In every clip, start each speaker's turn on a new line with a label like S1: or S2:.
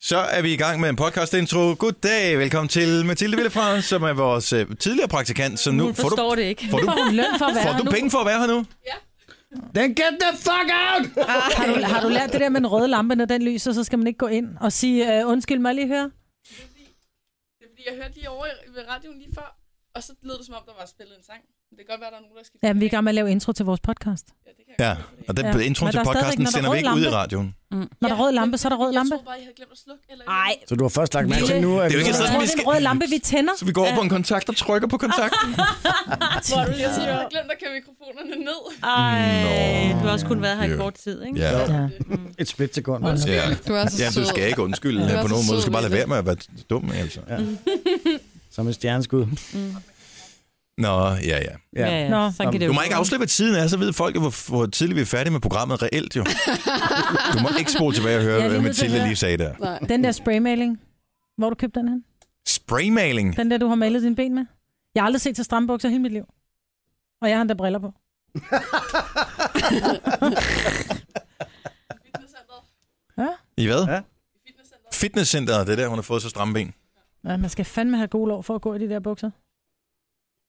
S1: Så er vi i gang med en podcast intro. Goddag, velkommen til Mathilde Villefran, som er vores øh, tidligere praktikant. Som nu,
S2: Hun
S1: får
S2: forstår
S1: du,
S2: det ikke.
S1: Får du,
S3: Får hun løn for at være
S1: får
S3: her
S1: du
S3: nu?
S1: penge for at være her nu?
S4: Then get the fuck out!
S3: Har du, har du lært det der med den røde lampe, når den lyser, så skal man ikke gå ind og sige, øh, undskyld mig lige høre?
S5: Det er fordi, jeg hørte lige over i- ved radioen lige før, og så lød det som om, der var spillet en sang. Men Det kan godt være, der er nogen, der skal...
S3: Jamen, vi er i gang med at lave intro til vores podcast.
S5: Ja, det kan jeg
S1: Ja,
S5: godt forstå.
S1: og den
S3: Ja.
S1: ja. introen
S3: Men
S1: til
S3: der er stadigvæk,
S1: podcasten
S3: når der
S1: sender
S3: er
S1: vi ikke
S3: rød
S1: ud i
S3: lampe. Mm.
S1: radioen.
S3: Når der er rød lampe, så er der rød lampe.
S5: Jeg troede bare, I havde glemt at slukke. Eller Nej.
S4: Så du har først lagt mærke til nu, at
S1: Det er jo ikke
S3: Jeg
S1: sådan,
S3: tror,
S1: vi
S3: det er
S1: skal-
S3: en rød lampe, vi tænder.
S1: Så vi går over på en kontakt og trykker på kontakten.
S5: Hvor du lige siger, jeg havde glemt at køre mikrofonerne ned.
S2: Ej, du har også kun været her i
S1: Ja.
S2: kort tid, ikke?
S1: Ja,
S3: Ja.
S4: et splitsekund.
S1: ja.
S6: Du er så
S1: ja
S6: sød.
S1: du skal ikke undskylde
S6: Du er
S1: ja. på
S6: så
S1: nogen måde. Du
S6: sød,
S1: skal bare lade
S6: Mille.
S1: være med at være dum. Altså. Ja.
S4: Som et stjerneskud.
S1: Nå, ja, ja.
S4: Ja.
S2: ja,
S3: Nå.
S2: ja. Sådan kan det
S1: Du
S2: jo
S1: må ikke
S2: gå.
S1: afslippe, hvad tiden er, så ved folk jo, hvor, hvor tidligt vi er færdige med programmet reelt jo. Du må ikke spole tilbage og høre,
S3: Jeg er
S1: hvad
S3: lige nødt til at
S1: Mathilde
S3: høre.
S1: lige sagde der.
S6: Nej.
S3: Den der spraymaling. Hvor har du købt den hen?
S1: Spraymaling.
S3: Den der, du har malet dine ben med? Jeg har aldrig set til stramme bukser i hele mit liv. Og jeg har endda briller på.
S5: Fitnesscenteret.
S1: I hvad?
S4: Ja.
S5: Fitnesscenteret.
S1: Fitnesscenteret, det er der, hun har fået så stramme ben.
S3: Ja, man skal fandme have god lov for at gå i de der bukser.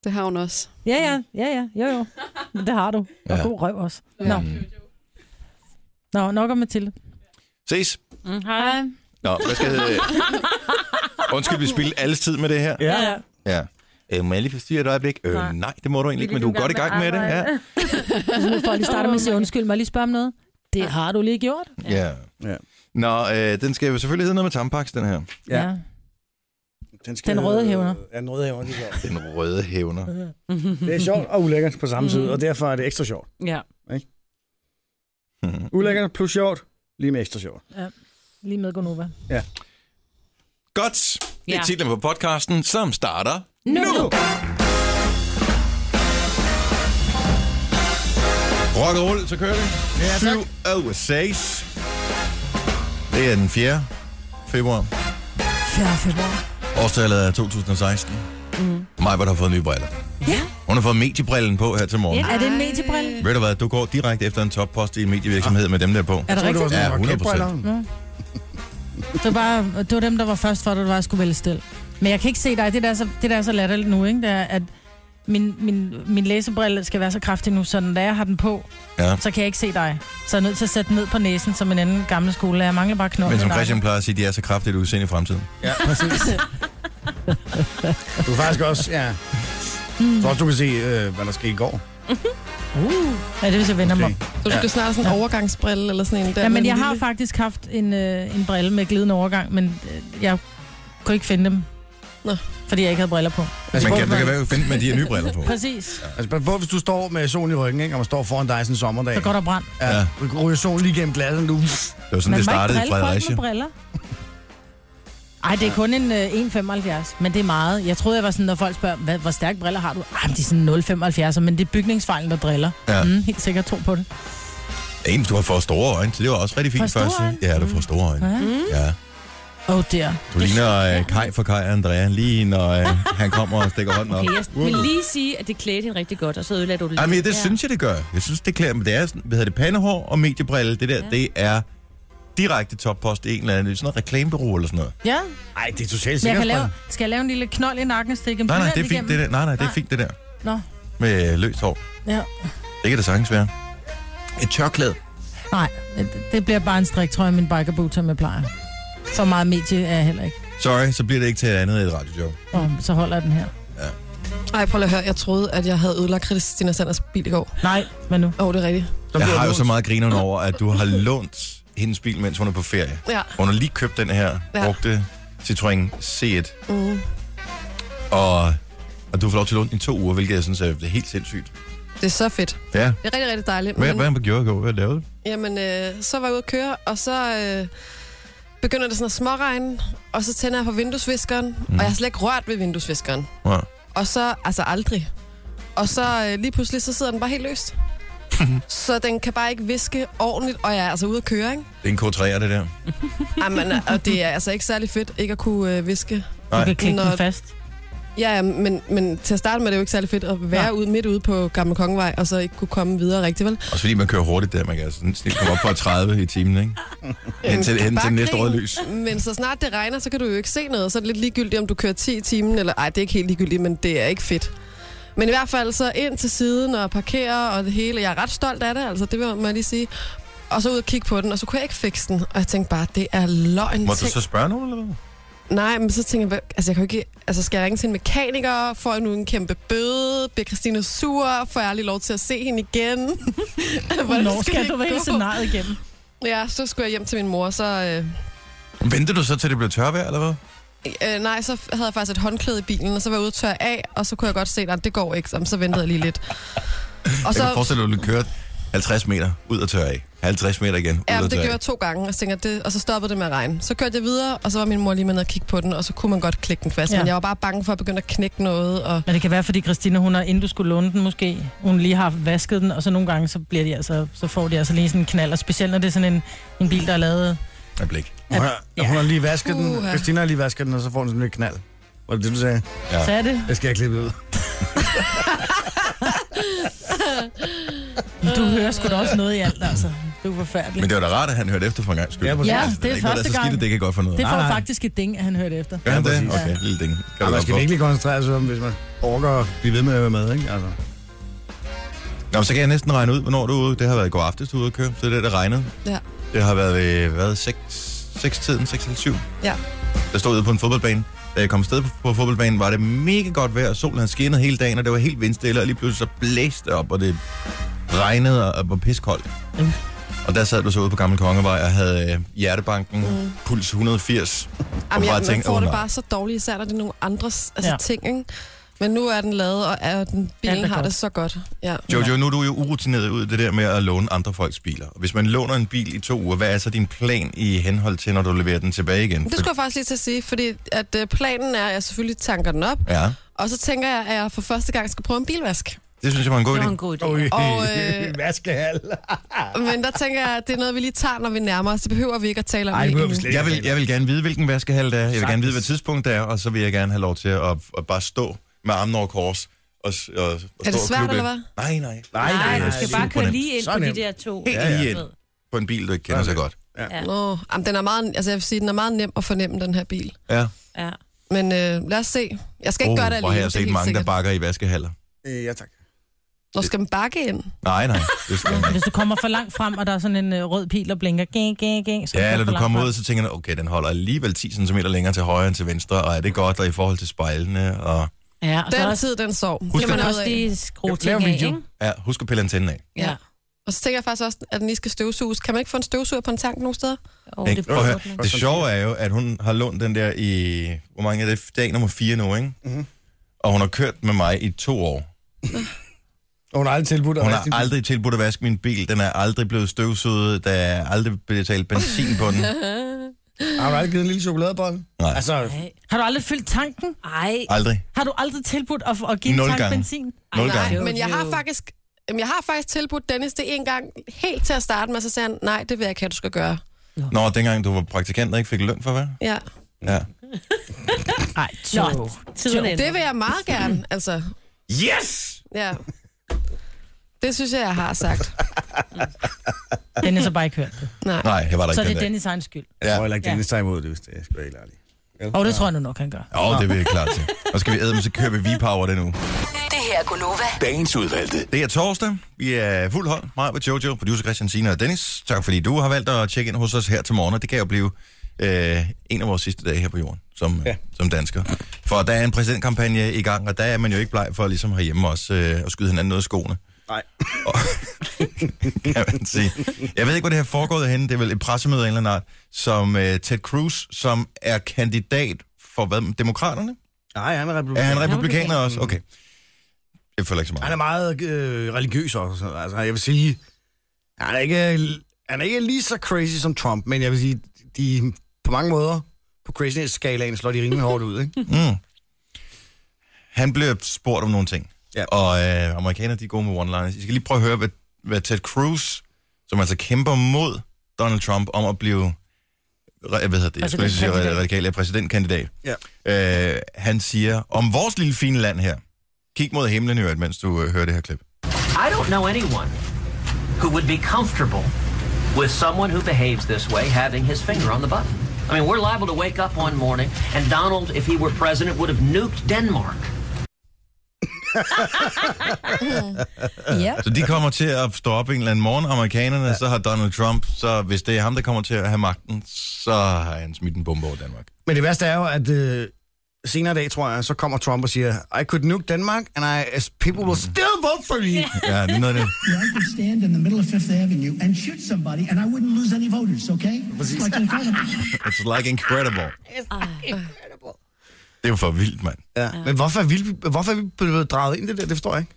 S6: Det har hun også.
S3: Ja, ja, ja, ja, jo, jo. Men det har du. Og
S1: Ja.
S3: god røv også.
S1: Ja.
S3: Nå, Nå nok om Mathilde.
S1: Ses.
S2: Mm, hej.
S1: Nå, hvad skal det? Undskyld, vi spildte alles tid med det her.
S4: Ja.
S1: Ja. Øh, må jeg lige forstyrre et øjeblik? Øh,
S2: Nej.
S1: nej. det må du egentlig ikke, men du er godt i gang med det. Ja.
S3: Så Altså, nu får jeg lige startet med at sige undskyld, må jeg lige spørge om noget? Det har du lige gjort.
S1: ja.
S4: Ja.
S1: Nå, øh, den skal jo selvfølgelig hedde noget med Tampax, den her.
S4: Ja. Den,
S3: Den røde hævner.
S4: Ja, den røde hævner. de der.
S1: Den røde hævner.
S4: Det er sjovt og ulækkert på samme tid, og derfor er det ekstra sjovt.
S2: Ja.
S1: Mhm.
S4: Ulækkert plus sjovt, lige med ekstra sjovt.
S3: Lige med Gonova.
S1: Godt. Det er
S2: Ja.
S1: titlen på podcasten, som starter
S3: Nu!
S1: Rock og rulle, så kører vi. Ja, 7 over 6. Det er den 4. februar.
S3: 4. februar.
S1: Årstallet er 2016. Mm. Majbert har fået nye briller.
S3: Ja.
S1: Hun har fået mediebrillen på her til morgen.
S3: Er det en mediebrille?
S1: Ved du hvad, du går direkte efter en toppost i en medievirksomhed med dem der på.
S3: Ah. Er det
S4: Tror du,
S3: rigtigt?
S4: var sådan
S1: Ja,
S4: nogle
S1: 100%.
S4: raketbriller?
S3: Det var, bare, det var dem, der var først for, at det var, at jeg skulle vælge stil. Men jeg kan ikke se dig. Det der er så, det der er så latterligt nu, ikke? Det er, at min, min, min læsebrille skal være så kraftig nu, så når jeg har den på,
S1: Ja.
S3: så kan jeg ikke se dig. Så jeg er nødt til at sætte den ned på næsen, som en anden gammel skole. Jeg mangler bare knolden.
S1: Men som Christian plejer at sige, de er så kraftigt udseende i fremtiden.
S4: Ja, præcis. Du er faktisk også, ja. Jeg tror også, du kan se, øh, hvad der skete i går.
S3: Uh. Ja, det hvis jeg vender mig. om.
S6: Du skal snart have sådan en overgangsbrille eller sådan en der.
S3: Ja,
S6: med
S3: men
S6: en
S3: jeg har
S6: lille-
S3: faktisk haft en, øh, en brille med glidende overgang, men øh, jeg kunne ikke finde dem.
S6: Nå.
S3: Fordi jeg ikke havde briller på.
S4: Altså,
S1: Man
S4: prøv,
S1: kan, man kan være finde med de her nye briller på.
S3: Præcis.
S4: altså, pas på, hvis du står med solen i ryggen, ikke, og man står foran dig sådan en sommerdag.
S3: Så går der brand.
S4: Ja,
S1: Ja.
S4: du ryger solen lige gennem glasset, du.
S1: Det var sådan, det startede i Fredericia.
S3: folk med briller. Ej, det er kun en øh, 1,75, men det er meget. Jeg troede, jeg var sådan, når folk spørger, hvad, hvor stærke briller har du? Ej, men de er sådan 0,75, men det er bygningsfejlen med briller.
S1: Ja.
S3: Mm, helt sikkert tro på det.
S1: En, du har fået store øjne, så det var også rigtig fint
S3: Får store
S1: først.
S3: øjne? Mm.
S1: Ja, du får store øjne.
S3: Ja.
S1: Ja.
S3: Oh, der.
S1: Du ligner øh, Kai fra Kai og Andrea, lige når øh, han kommer og stikker hånden op.
S2: Okay, jeg vil lige sige, at det klædte hende rigtig godt, og så ødelagde du det.
S1: Jamen, ja, det synes jeg, det gør. Jeg synes, det klæder, men det er sådan, hvad hedder det, pandehår og mediebrille, det der, ja. det er direkte toppost i en eller anden, det er sådan noget reklamebureau eller sådan noget.
S3: Ja,
S4: Ej, det er totalt
S3: men jeg
S4: sikkert.
S3: kan lave, skal jeg lave en lille knold i nakken og stikke en
S1: Nej, nej,
S3: blyant
S1: det er fint,
S3: igennem?
S1: det der. Nej, nej, det er
S3: Nej.
S1: fint, det der.
S3: Nå,
S1: Med øh, løst hår.
S3: ja.
S1: Det kan det sagtens være. Et tørklæde.
S3: Nej, det- det bliver bare en striktrøje, min bikerboot, som jeg plejer. Så meget medie er jeg heller ikke.
S1: Sorry, så bliver det ikke til andet end et radiojob.
S3: Og så holder jeg den her.
S6: Ej, prøv lige at høre. Jeg troede, at jeg havde ødelagt Christina Sanders bil i går.
S3: Nej, hvad nu?
S6: Åh, oh, det er rigtigt.
S4: Så
S1: Jeg
S4: bliver
S1: har jo
S4: det
S1: så meget grineren over, at du har lånt hendes bil, mens hun er på ferie.
S6: Ja.
S1: Hun har lige købt den her,
S6: Ja.
S1: brugte Citroën C1,
S6: Mm.
S1: og, og du får lov til at låne den i to uger, hvilket jeg synes er helt sindssygt.
S6: Det er så fedt.
S1: Ja.
S6: Det er rigtig, rigtig dejligt.
S1: Hvad,
S6: Men,
S1: hvad har man gjorde i går? Hvad lavede du?
S6: jamen, øh, så var jeg ude at køre, og så øh, begynder det sådan at småregne, og så tænder jeg på vinduesviskeren, mm. og jeg har slet ikke rørt ved vinduesviskeren.
S1: Ja.
S6: Og så, altså aldrig. Og så øh, lige pludselig, så sidder den bare helt løst. så den kan bare ikke viske ordentligt, og jeg er altså ude at køre, ikke?
S1: Det er en K3'er, det der.
S6: Jamen, og det er altså ikke særlig fedt ikke at kunne øh, viske.
S3: Du
S1: Nej.
S3: kan klikke
S6: Nå.
S3: den fast.
S6: Ja, ja men, men til at starte med er det jo ikke særlig fedt at være ude, midt ude på Gamle Kongevej, og så ikke kunne komme videre rigtig, vel?
S1: Også fordi man kører hurtigt der, man kan altså sådan snit komme op på 30 i timen, ikke? Hen til, hen til
S6: Bare
S1: næste
S6: grin.
S1: røde lys.
S6: Men så snart det regner, så kan du jo ikke se noget. Så er det lidt ligegyldigt, om du kører 10 i timen, eller ej, det er ikke helt ligegyldigt, men det er ikke fedt. Men i hvert fald så ind til siden og parkere og det hele. Jeg er ret stolt af det, altså det vil man lige sige. Og så ud og kigge på den, og så kunne jeg ikke fikse den. Og jeg tænkte bare, det er løgn.
S1: Må du
S6: Tænk-
S1: så spørge nogen, eller hvad?
S6: Nej, men så tænker jeg, hvad- altså, jeg kan jo ikke, altså skal jeg ringe til en mekaniker? Får jeg nu en kæmpe bøde? Bliver Christina sur? Får jeg aldrig lov til at se hende igen? Hvordan
S3: Hvornår skal,
S6: det
S3: du
S6: gå?
S3: vælge scenariet igennem?
S6: Ja, så skulle jeg hjem til min mor, så... Øh,
S1: Venter du så til, det bliver tørvejr, eller hvad?
S6: øh, nej, så havde jeg faktisk et håndklæde i bilen, og så var jeg ude og tørre af, og så kunne jeg godt se, at det går ikke, Jamen, så ventede jeg lige lidt. Og
S1: Jeg kan
S6: så,
S1: forestille dig, at du kører 50 meter ud og tør af. 50 meter igen, ud
S6: ja,
S1: og
S6: det
S1: tør
S6: gjorde
S1: af.
S6: jeg to gange, og så, tænkte jeg, det, og så stoppede det med at regne. Så kørte jeg videre, og så var min mor lige med ned og kigge på den, og så kunne man godt klikke den fast, ja.
S3: Ja.
S6: men jeg var bare bange for at begynde at knække noget, og
S3: Men det kan være, fordi Christina, hun har, inden du skulle låne den måske, hun lige har vasket den, og så nogle gange, så, bliver de altså, så får de altså lige sådan en knald, og specielt når det er sådan en, en bil, der er lavet.
S1: Af blik.
S4: Hun har, hun har lige vasket den.
S6: Uha.
S4: Christina har lige vasket den, og så får hun sådan en knald. Var det det, du sagde?
S1: Ja.
S3: Så er det.
S4: Det skal jeg klippe ud.
S3: Du hører sgu da også noget i alt, altså. Du er forfærdelig.
S1: Men det var da rart, at han hørte efter for en gang skyld.
S4: Ja, præcis.
S3: Ja,
S1: Altså,
S3: det er
S1: ikke noget, der
S3: første
S1: så skidt,
S3: gang.
S1: at det kan godt for noget.
S3: Det
S4: Nej,
S3: får
S4: nej.
S3: faktisk et ding, at han hørte efter.
S1: Gør han
S4: Ja,
S1: det?
S4: præcis.
S1: Okay, lille ding. Kan
S4: Ja,
S1: du
S4: man
S1: godt
S4: skal
S1: få.
S4: virkelig koncentrere sig om, hvis man orker at blive ved med at være med, ikke? Altså.
S1: Nå, men så kan jeg næsten regne ud, hvornår du er ude. Det har været i går aftes, du er ude at køre. Så det er det, der regnede.
S6: Ja.
S1: Det har været ved, hvad, 6, 6 tiden, 6 eller 7.
S6: Ja.
S1: Jeg stod ude på en fodboldbane. Da jeg kom afsted på, på fodboldbanen, var det mega godt vejr, og solen havde skinnet hele dagen, og det var helt vindstille, og lige pludselig så blæste det op, og det regnede og, og var piskoldt.
S3: Mm.
S1: Og der sad du så ude på Gammel Kongevej og havde øh, hjertebanken, mm. puls 180.
S6: Jamen,
S1: bare
S6: jeg, man
S1: tænke,
S6: får
S1: åh,
S6: det
S1: nej.
S6: bare så dårligt, især når det er nogle andres altså, ja.
S3: Ja.
S6: ting, ikke? Men nu er den lavet, og er, den bilen
S3: Alt er
S6: har
S3: godt.
S6: det så godt. Ja.
S1: Jojo, nu er du jo urutineret ud i det der med at låne andre folks biler. Og Hvis man låner en bil i to uger, hvad er så din plan i henhold til, når du leverer den tilbage igen?
S6: Det skulle jeg faktisk lige til at sige, fordi at, øh, planen er, at jeg selvfølgelig tanker den op,
S1: Ja,
S6: og så tænker jeg, at jeg for første gang skal prøve en bilvask.
S1: det synes jeg var en god
S2: Det var
S1: idé.
S2: en god idé.
S6: Og, øh,
S4: Vaskehal.
S2: Ah.
S6: Men der tænker jeg, at det er noget, vi lige tager, når vi nærmer os. Det behøver vi ikke at tale om
S4: Ej, det
S6: lige
S4: behøver
S6: endnu.
S4: vi slet
S1: Jeg vil, jeg vil gerne vide, hvilken vaskehal det er. Jeg vil
S4: Sagtens.
S1: gerne vide, hvad tidspunkt det er, og så vil jeg gerne have lov til at, at bare stå med armen over kors. Og, s- og, og
S6: det
S1: stå og
S6: svært,
S1: klubbe.
S6: eller hvad?
S1: Nej, nej.
S2: Nej,
S4: Nej, nej,
S2: du
S4: nej.
S2: skal bare køre
S1: supernemt.
S2: lige ind
S4: Så
S2: på de
S4: nemt.
S2: der to.
S1: Helt
S2: Ja,
S1: lige
S2: ja.
S1: ind. På en bil, du ikke kender så
S4: Okay.
S1: godt.
S2: Ja.
S6: Nå, jamen, den er meget, altså jeg vil sige, den er meget nem at fornemme, den her bil.
S1: Ja.
S2: Ja.
S6: Men øh, lad os se. Jeg skal ikke
S1: Oh,
S6: gøre det alene,
S1: hvor har jeg
S6: det er
S1: set
S6: helt
S1: mange, der
S6: sikkert.
S1: bakker i vaskehaller.
S4: Øh, ja, tak.
S6: Nå, skal man bakke ind?
S1: Nej, nej. Det skal man ikke.
S3: Hvis du kommer for langt frem, og der er sådan en øh, rød pil, der blinker, gang, gang, gang, så
S1: Ja, eller
S3: for
S1: du
S3: langt
S1: kommer
S3: frem.
S1: ud, så tænker du, okay, den holder alligevel 10 cm længere til højre end til venstre, og er det godt, og i forhold til spejlene, og...
S2: ja, og så
S6: Den
S2: også,
S6: tid, den sov.
S1: Husk
S6: Det
S2: kan
S1: at-
S6: man
S2: man
S6: er
S2: også
S6: ude af.
S2: lige skrue
S4: Lav
S2: ting af,
S4: video.
S2: ikke?
S1: Ja, husk at pille antennen af.
S2: Ja.
S6: Og så tænker jeg faktisk også, at den lige skal støvsuges. Kan man ikke få en støvsuger på en tank nogen steder?
S2: Oh,
S1: Ikke?
S2: det
S1: Prøv at høre,
S2: burde man.
S1: det sjove er jo, at hun har lånt den der i... Hvor mange er det? Dag nummer 4 nu, ikke?
S4: Mhm.
S1: Og hun har kørt med mig i to år.
S4: Og hun har aldrig tilbudt at
S1: Hun
S4: vaske din
S1: har
S4: bil.
S1: aldrig tilbudt at vaske min bil. Den er aldrig blevet støvsuget. Der er aldrig betalt benzin på den.
S4: Har du aldrig givet en lille chokoladebolle?
S1: Nej.
S4: Altså,
S2: Nej.
S3: Har du aldrig fyldt tanken?
S2: Ej,
S1: Aldrig.
S3: Har du aldrig tilbudt at, at give en
S1: Nul
S3: tank
S1: gange.
S3: benzin?
S1: Nul
S6: Nej,
S1: gange.
S2: Jo,
S6: men jeg har
S2: jo.
S6: faktisk... Jamen, jeg har faktisk tilbudt Dennis det en gang helt til at starte med, så sagde han, nej, det vil jeg ikke have, du skal gøre.
S1: Nå, dengang du var praktikant og ikke fik løn for, hvad?
S6: Ja.
S1: Ja.
S3: Nej,
S2: Nå, tiden
S3: Jo.
S2: ender.
S6: Det vil jeg meget gerne, altså.
S1: Yes!
S6: Ja. Det synes jeg, jeg har sagt.
S3: Dennis har bare ikke hørt det.
S6: Nej.
S1: Nej, jeg var der
S3: Så
S1: ikke
S3: det er
S1: den dag.
S3: Dennis egen skyld.
S4: jeg
S1: Ja.
S4: tror heller ikke,
S3: Ja.
S4: Dennis tager imod det, hvis det er. Jeg skal være helt ærlig.
S3: Og det tror jeg nu nok, han gør.
S1: Åh, oh, det vil jeg klar til. Og skal vi æde, så kører vi V-Power det nu.
S7: Det her er Gunova.
S8: Dagens udvalgte.
S1: Det er torsdag. Vi er fuld hold. Mig med Jojo, producer Christian Sina og Dennis. Tak fordi du har valgt at tjekke ind hos os her til morgen. Og det kan jo blive øh, en af vores sidste dage her på jorden som, ja.
S4: Ja.
S1: som dansker. For der er en præsidentkampagne i gang, og der er man jo ikke bleg for ligesom herhjemme også øh, at skyde hinanden noget af skoene.
S4: Nej.
S1: Og- kan man sige. Jeg ved ikke, hvor det her foregår henne. Det er vel et pressemøde af en eller anden art, som øh, Ted Cruz, som er kandidat for hvad? Demokraterne?
S4: Nej, han er
S1: Er
S4: republikaner.
S1: han
S2: republikaner.
S1: republikaner også? Okay. Jeg føler ikke så meget.
S4: Han er meget øh, religiøs også. Altså, jeg vil sige, han er, ikke, han er ikke lige så crazy som Trump, men jeg vil sige, de på mange måder, på craziness-skalaen, slår de rimelig hårdt ud, ikke?
S1: Mm. Han blev spurgt om nogle ting.
S4: Ja.
S1: Og øh, amerikanere, de er gode med one-liners. I skal lige prøve at høre, hvad, hvad Ted Cruz, som altså kæmper mod Donald Trump om at blive re- hvad hedder det, jeg skulle lige sige
S3: Præsidentkandidat.
S1: radikal, ja, præsidentkandidat.
S4: Ja.
S1: Øh, han siger, om vores lille fine land her, kig mod himlen i øvrigt, mens du øh, hører det her klip.
S7: I don't know anyone who would be comfortable with someone who behaves this way having his finger on the button. I mean, we're liable to wake up one morning and Donald, if he were president, would have nuked Denmark.
S3: Ja.
S1: Så de kommer til at stå op en eller anden morgen, amerikanerne, ja. så har Donald Trump, så hvis det er ham, der kommer til at have magten, så har han smidt en bombe over Danmark.
S4: Men det værste er jo, at øh, senere i dag, tror jeg, så kommer Trump og siger, I could nuke Denmark, and I, as people will still vote for me.
S1: Ja, det er noget af det.
S8: I could stand in the middle of Fifth Avenue and shoot somebody, and I wouldn't lose any voters, okay? It's like incredible.
S1: It's like incredible. Det er jo for vildt, mand.
S4: Ja. Men hvorfor er, vi, hvorfor er vi blevet draget ind i det der? Det forstår jeg ikke.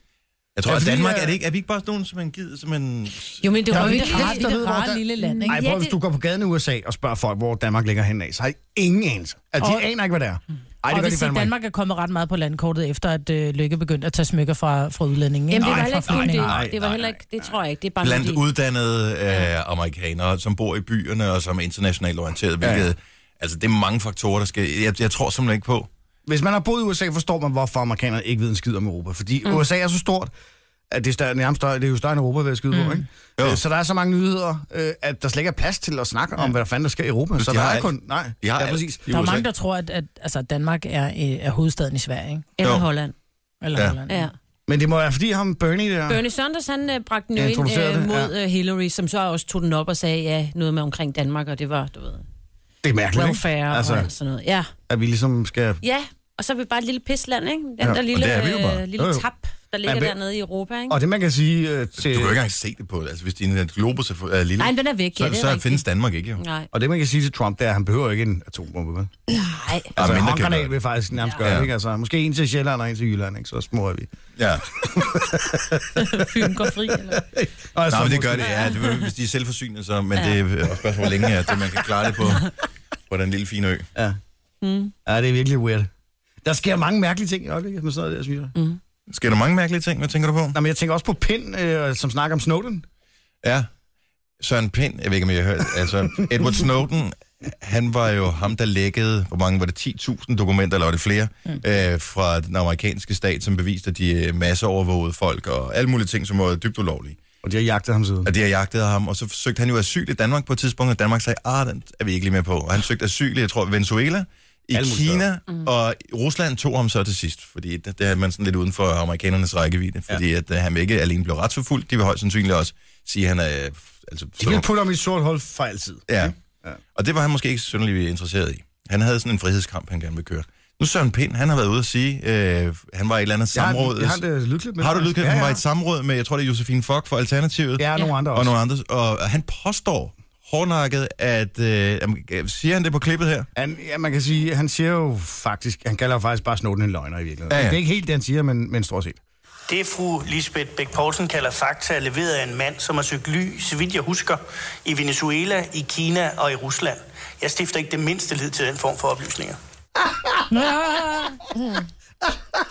S1: Jeg tror,
S4: Ja,
S1: at
S4: fordi,
S1: Danmark,
S4: øh,
S1: er, det ikke, er vi ikke bare sådan nogen, som en gid, som en...
S3: Jo, men det var
S4: Der er
S3: jo
S4: jo
S3: ikke
S4: ikke
S3: rare,
S4: kræfter, ved,
S3: det
S4: hvor
S3: rare
S4: der-
S3: lille land, ikke?
S4: Ej, prøv, hvis du går på gaden i USA og spørger folk, hvor Danmark ligger henad, så har I ingen anelse. Altså, de
S3: Og-
S4: aner ikke, hvad det er. Ej,
S3: Ej,
S4: det
S3: og
S4: gør
S3: vi
S4: de
S3: siger,
S4: fandme ikke.
S3: Danmark er kommet ret meget på landkortet, efter at øh, Lykke begyndte at tage smykker fra, fra udlændingen.
S2: Jamen,
S3: ikke?
S2: det var
S4: Nej,
S2: heller ikke
S4: for
S2: kun
S4: fanden. Nej,
S2: det. Det var
S4: nej,
S2: heller ikke, det tror jeg ikke. Det er bare
S1: Blandt
S2: fordi-
S1: uddannede øh, amerikanere, som bor i byerne og som er internationalt orienteret, hvilket... Ja. Altså, det er mange faktorer, der skal... Jeg, jeg tror simpelthen ikke på.
S4: Hvis man har boet i USA, forstår man, hvorfor amerikanerne ikke ved en skid om Europa. Fordi mm. USA er så stort, at det er, større, nærmest større, det er jo større end Europa, vil jeg skyde mm. på, ikke?
S1: Jo.
S4: Jo. Så der er så mange nyheder, øh, at der slet ikke er plads til at snakke om, hvad der fanden der sker i Europa. Så
S1: de
S4: der
S1: har
S4: er
S1: alt.
S4: kun... Nej,
S1: De har alt i
S3: Der er
S1: USA.
S3: mange, der tror, at, at altså, Danmark er, øh, er hovedstaden i Sverige, ikke?
S2: Eller
S1: Jo.
S2: Holland.
S3: Eller
S1: Ja.
S3: ja. Holland.
S2: Ja.
S4: Men det må være, fordi ham Bernie der...
S2: Bernie Sanders, han øh, bragte den jo
S4: Ja,
S2: ind
S4: introducerede
S2: øh,
S4: det,
S2: mod
S4: ja.
S2: øh, Hillary, som så også tog den op og sagde, ja, noget med omkring Danmark, og det var, du ved,
S4: Det er mærkeligt, ikke?
S2: welfare altså. og alt
S4: Altså,
S2: sådan noget. Ja.
S4: at vi ligesom skal...
S2: ja, og så er vi bare et lille pisland, ikke? Den
S4: Ja,
S2: der
S4: og
S2: lille,
S1: det er vi jo bare.
S2: øh, lille
S4: Jo, jo.
S2: tap, der ligger
S4: men-
S2: dernede i Europa, ikke?
S4: Og det, man kan sige øh, til...
S1: Du kan jo ikke engang se det på det. Altså, hvis din globus er, for- er lille,
S2: Nej, men den er væk,
S1: så,
S2: ja, det er
S1: så
S2: rigtigt.
S1: findes Danmark ikke, jo.
S2: Nej.
S4: Og det, man kan sige til Trump, det er, at han behøver ikke en atombombe, vel?
S2: Nej.
S1: mindre
S4: Altså, en
S1: kan gøre
S4: håndgranat
S1: det.
S4: vil faktisk nærmest gøre
S1: Ja.
S4: det, ikke? Altså, måske en til Sjælland og en til Jylland, ikke? Så små er vi.
S1: Ja.
S2: Fyn går fri, eller?
S4: Og
S1: Nej, men det gør det, ja. Det, vil- hvis de er selvforsynende, så... Men det er også spørgsmålet, hvor længe er det, man kan klare det på, på den lille fine ø.
S2: Hmm.
S4: Ja, det er virkelig weird. Der sker mange mærkelige ting i øjeblikket med sådan noget der, synes jeg. Mm.
S1: Sker der mange mærkelige ting? Hvad tænker du på?
S4: Nå, men jeg tænker også på Pind, øh, som snakker om Snowden.
S1: Ja. Søren Pind, jeg ved ikke, om I har hørt, altså Edward Snowden, han var jo ham, der lækkede, hvor mange var det, 10.000 dokumenter, eller var det flere, mm. øh, fra den amerikanske stat, som beviste, at de øh, masseovervågede folk, og alle mulige ting, som var dybt ulovlige.
S4: Og de har jagtet ham siden.
S1: Og de har jagtet ham, og så søgte han jo asyl i Danmark på et tidspunkt, og Danmark sagde, ah, den er vi ikke lige med på. Og han søgte asyl i, jeg tror, Venezuela, i
S4: Alle mulige
S1: Kina, mm. og Rusland tog ham så til sidst, fordi det, det er man sådan lidt uden for amerikanernes rækkevidde, fordi ja. at, øh, han ikke alene blev retsforfulgt, de vil højst sandsynligt også sige, at han er... øh, Altså,
S4: De vil putte Mm. ham i et sort hul for altid.
S1: Ja. ja. Og det var han måske ikke synderligt interesseret i. Han havde sådan en frihedskamp, han gerne ville køre. Nu Søren Pind, han har været ude at sige, øh, han var i et eller andet
S4: Jeg har,
S1: samråd.
S4: jeg har øh, det lydklip med.
S1: har du
S4: det.
S1: lydklip?
S4: Ja,
S1: Ja,
S4: ja.
S1: Han var i et samråd med, jeg tror det er Josefine Fock for Alternativet,
S4: Ja, og nogle andre
S1: og
S4: også.
S1: nogle andre. Og han påstår hårdnakket, at... Øh, jamen, øh, siger han det på klippet her?
S4: Han, ja, man kan sige, han siger jo faktisk, han kalder jo faktisk bare Snowden en løgner i virkeligheden.
S1: Ja,
S4: Ja,
S1: ja.
S4: ja. Det er ikke helt det, han siger, men, men stort set.
S9: Det fru Lisbeth Bæk Poulsen kalder fakta er leveret af en mand, som har søgt ly, så vidt jeg husker, i Venezuela, i Kina og i Rusland. Jeg stifter ikke det mindste lid til den form for oplysninger.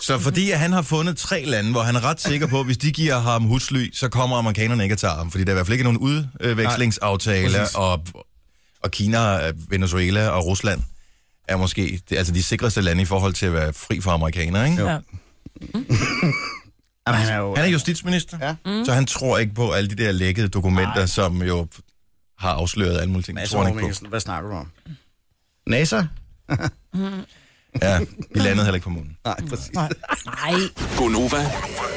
S1: Så fordi at han har fundet tre lande, hvor han er ret sikker på, at hvis de giver ham husly, så kommer amerikanerne ikke at tage ham, fordi der er i hvert fald ikke nogen
S4: Nej,
S1: udvekslingsaftaler,
S4: præcis.
S1: Øh, og, og Kina, øh, Venezuela og Rusland er måske det, altså de sikreste lande i forhold til at være fri for amerikanere, ikke?
S3: Ja.
S4: Jamen, han er jo...
S1: Han er justitsminister,
S4: Ja.
S1: mm. så han tror ikke på alle de der lækkede dokumenter, Nej. som jo har afsløret alle mulige ting. Det
S4: Mads
S1: tror han ikke på.
S4: Mortensen, Hvad snakker du om? NASA?
S1: Ja, vi landede heller ikke på munden.
S4: Nej, præcis.
S2: Nej.
S10: Gonova,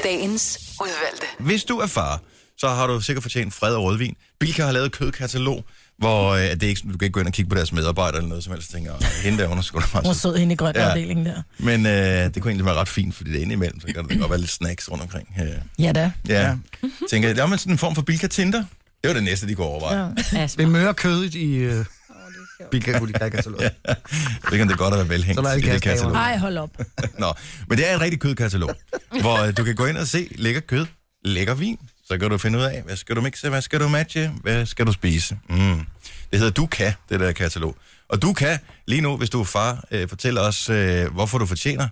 S11: Dagens udvalgte.
S1: Hvis du er far, så har du sikkert fortjent fred og rødvin. Bilka har lavet et kødkatalog, hvor øh, det er ikke, du kan ikke gå ind og kigge på deres medarbejdere eller noget som helst. og tænker, "Åh, hende der, hun er sgu da
S3: Hvor
S1: meget sød."
S3: sød hende i grøn
S1: Ja.
S3: ja. afdeling der.
S1: Men øh, det kunne egentlig være ret fint, fordi det er indimellem, så kan der godt være lidt snacks rundt omkring. Øh,
S3: Ja da.
S1: ja. Tænker, jeg, der er man sådan en form for Bilka Tinder. Det var det næste, de kunne overveje. Ja.
S2: Altså,
S4: Det møre kødet i... Øh... Bilka kunne de kakke så
S1: Det kan det godt at være velhængt
S4: Så var det
S1: i det
S4: kassedamer.
S1: katalog.
S3: Ej, hold op.
S1: Nå, men det er et rigtigt kødkatalog, hvor øh, du kan gå ind og se lækker kød, lækker vin. Så kan du finde ud af, hvad skal du mixe, hvad skal du matche, hvad skal du spise. Mm. Det hedder Du Kan, det der katalog. Og du kan lige nu, hvis du er far, øh, fortælle os, øh, hvorfor du fortjener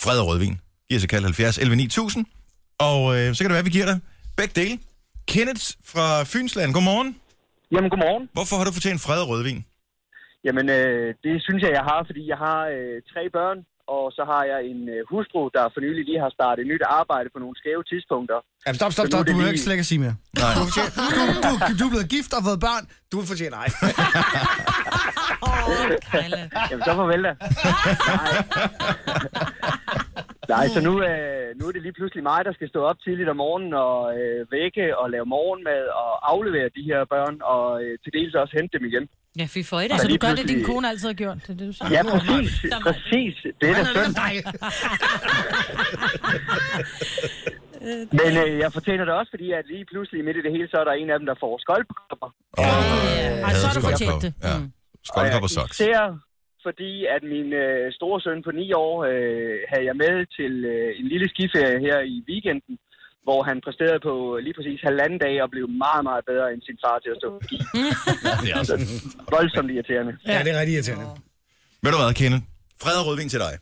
S1: fred og rødvin. Giv os et kald 70 11 9000, og øh, så kan det være, vi giver dig begge dele. Kenneth fra Fynsland, godmorgen.
S12: Jamen, godmorgen.
S1: Hvorfor har du fortjent fred og rødvin?
S10: Jamen, øh, det synes jeg, jeg har, fordi jeg har øh, tre børn, og så har jeg en øh, hustru, der for nylig lige har startet nyt arbejde på nogle skæve tidspunkter.
S4: Ja, stop, stop,
S10: Så nu er
S4: stop.
S10: det
S4: Du behøver
S10: lige-
S4: ikke slække at sige mere.
S1: Nej.
S4: Du, fortjener- du, du, du er blevet gift og har fået børn. Du fortjener ej.
S10: Jamen, så farvel da. Nej. Nej, så nu, øh, nu er det lige pludselig mig, der skal stå op tidligt om morgenen og øh, vække og lave morgenmad og aflevere de her børn og øh, til dels også hente dem igen.
S2: Ja, fy for i
S10: Men
S3: Altså, du
S10: lige
S3: gør det, din
S10: pludselig-
S3: kone altid har gjort. Det er det, du siger.
S10: Ja, præcis. Præcis. Det er da synd. Men øh, jeg fortjener det også, fordi at lige pludselig midt i det hele, så er der en af dem, der får skoldkopper.
S3: Ej, så har du fortjent det. Mm.
S1: Ja. Skoldkop og socks.
S10: Især fordi, at min øh, store søn på 9 år øh, havde jeg med til øh, en lille skiferie her i weekenden, hvor han præsterede på lige præcis halvanden dag og blev meget, meget bedre end sin far til at stå på ski. Altså,
S1: Det er også-
S10: Voldsomt irriterende.
S4: Ja, det er rigtig irriterende.
S1: Ved du hvad, Kenneth? Fred og rødvin til dig.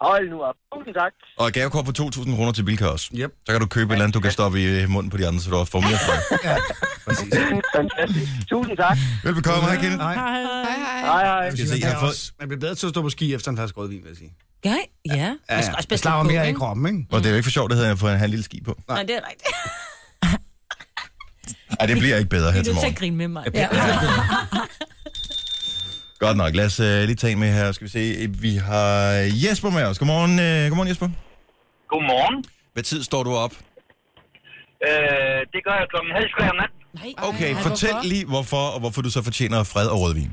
S10: Hold nu op. Tusind tak.
S1: Og et gavekort på 2.000 kroner til Bilka også.
S4: Yep.
S1: Så kan du købe et eller andet, du kan stoppe i øh, munden på de andre, så du også får mere fra.
S10: Fantastisk. Tusind tak.
S1: Velbekomme, hej Kenneth.
S4: Nej.
S2: Hej, hej.
S10: Hej, hej.
S1: Skal jeg se, jeg har fået...
S4: Man bliver bedre til at stå på ski efter en flaske rødvin, vil jeg sige.
S2: Ja, ja. Man skal også
S4: Jeg
S2: passe
S4: slapper
S2: lidt på,
S4: mere i
S2: ikke?
S4: kroppen, ikke?
S1: Og det er jo ikke for sjovt, at jeg har fået en halv lille ski på.
S2: Nej, det er rigtigt.
S1: Ej, det bliver ikke bedre
S2: Du
S1: her
S2: er
S1: til
S2: nødt til
S1: morgen.
S2: at grine med mig.
S1: Ja. Godt nok. Lad os øh, lige tage en med her. Skal vi se. øh, Vi har Jesper med os. Godmorgen, øh, godmorgen Jesper.
S12: Godmorgen.
S1: Hvad tid står du op?
S12: Øh, det gør jeg klokken halv tre om natten.
S2: Nej.
S1: Okay, fortæl lige hvorfor, og hvorfor du så fortjener fred og rødvin.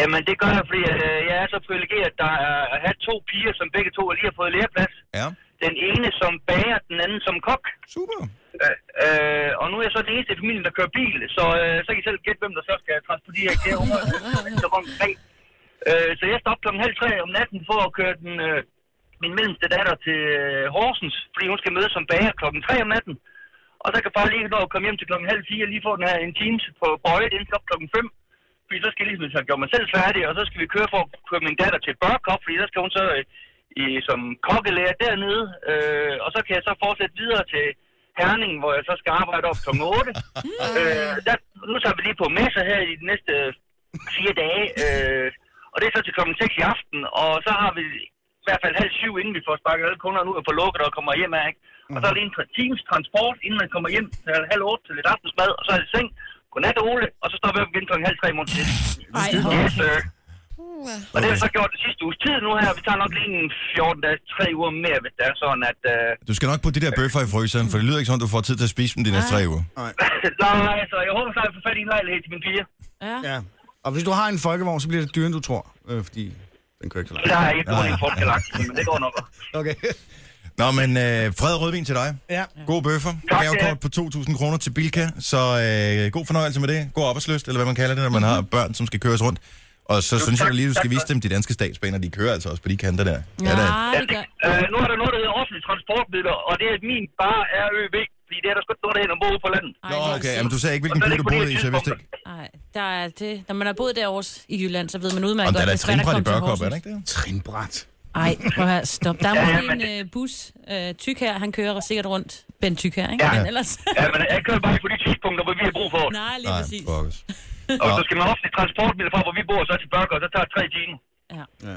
S12: Jamen, det gør jeg, fordi øh, jeg er så privilegeret, der er at have to piger, som begge to lige har fået læreplads.
S1: Ja.
S12: Den ene som bager, den anden som kok.
S1: Super.
S12: Øh, øh, og nu er jeg så den eneste i familien, der kører bil, så, øh, så kan I selv gætte, hvem der så skal transportere de her kære unger. så, omkring. øh, så jeg står op klokken halv tre om natten for at køre den, øh, min mellemste datter til øh, Horsens, fordi hun skal møde som bager klokken tre om natten. Og så kan far lige nå at komme hjem til klokken halv fire, lige få den her en times på bøjet indtil op klokken fem. Fordi så skal jeg ligesom have gjort mig selv færdig, og så skal vi køre for at køre min datter til Børkop, fordi der skal hun så øh, i, som kokkelærer dernede. Øh, og så kan jeg så fortsætte videre til Herning, hvor jeg så skal arbejde op kl. 8. øh, der, nu tager vi lige på messer her i de næste øh, fire dage, øh, og det er så til klokken 6 i aften, og så har vi i hvert fald halv syv, inden vi får sparket alle kunderne ud og får lukket og kommer hjem af. Ikke? Og så er det en tra- times transport, inden man kommer hjem til halv otte til lidt aftensmad, og så er det i seng. Godnat, Ole, og så stopper jeg op igen klokken halv tre i morgen til. Yes, sir. Og det har jeg så gjort det sidste uges tid nu her. Vi tager nok lige en 14 dage, tre uger mere, hvis det er sådan, at... Øh,
S1: Du skal nok putte de der bøffer i fryseren, for det lyder ikke som, du får tid til at spise dem de næste tre uger.
S12: Nej, altså, jeg håber snart, at jeg får fat i en lejlighed til min piger.
S4: Ja. Og hvis du har en folkevogn, så bliver det dyrere, end du tror. Øh, fordi den kører ikke så langt.
S12: Der har jeg ikke brugt en forskelagt, men det går nok.
S4: Okay.
S1: Nå, men øh, fred og rødvin til dig.
S4: Ja.
S1: God bøffer.
S12: Tak,
S1: Gavekort på 2.000 kroner til Bilka. Så øh, god fornøjelse med det. God arbejdsløst, eller hvad man kalder det, når man har børn, som skal køres rundt. Og så synes
S12: tak.
S1: jeg lige, du skal
S12: Tak
S1: vise
S12: for-
S1: dem de danske statsbaner. De kører altså også på de kanter der. Ja, da.
S2: Nej, det gør...
S12: Øh, nu er der noget, der hedder offentlige transportmidler, og det er min bar RØV, fordi det er der sgu ikke noget, der hedder, når man bor ude på landet.
S2: Ej, hvor
S1: Nå, okay.
S2: sødt.
S1: Jamen, du sagde ikke, hvilken
S12: Og så er
S1: by
S12: det
S1: du
S12: ikke på
S1: boede
S12: det
S1: i, så jeg vidste ikke.
S2: Nej, der er det. Når man har boet derovre i Jylland, så ved man udmærket
S1: Om der
S2: godt,
S1: er da
S2: det svært at
S1: trinbræt i
S2: komme til
S1: Børkop, er
S2: Horsens.
S1: der ikke det?
S4: Trinbræt.
S2: Ej, prøv at høre, stop. Der er
S12: Ja,
S2: måske
S12: men
S2: en øh, bus. Øh, tyk her, han kører sikkert rundt. Ben Tyk her, ikke?
S12: Ja.
S2: Men ellers...
S12: Ja, men jeg kører bare på de tidspunkter, hvor vi har brug for det.
S2: Nej, lige
S1: Nej,
S2: præcis.
S1: fokus.
S12: Og så skal man offentlige transportmidler fra, hvor vi bor, så til Børker, og så tager det tre timer.
S2: Ja.
S4: Ja.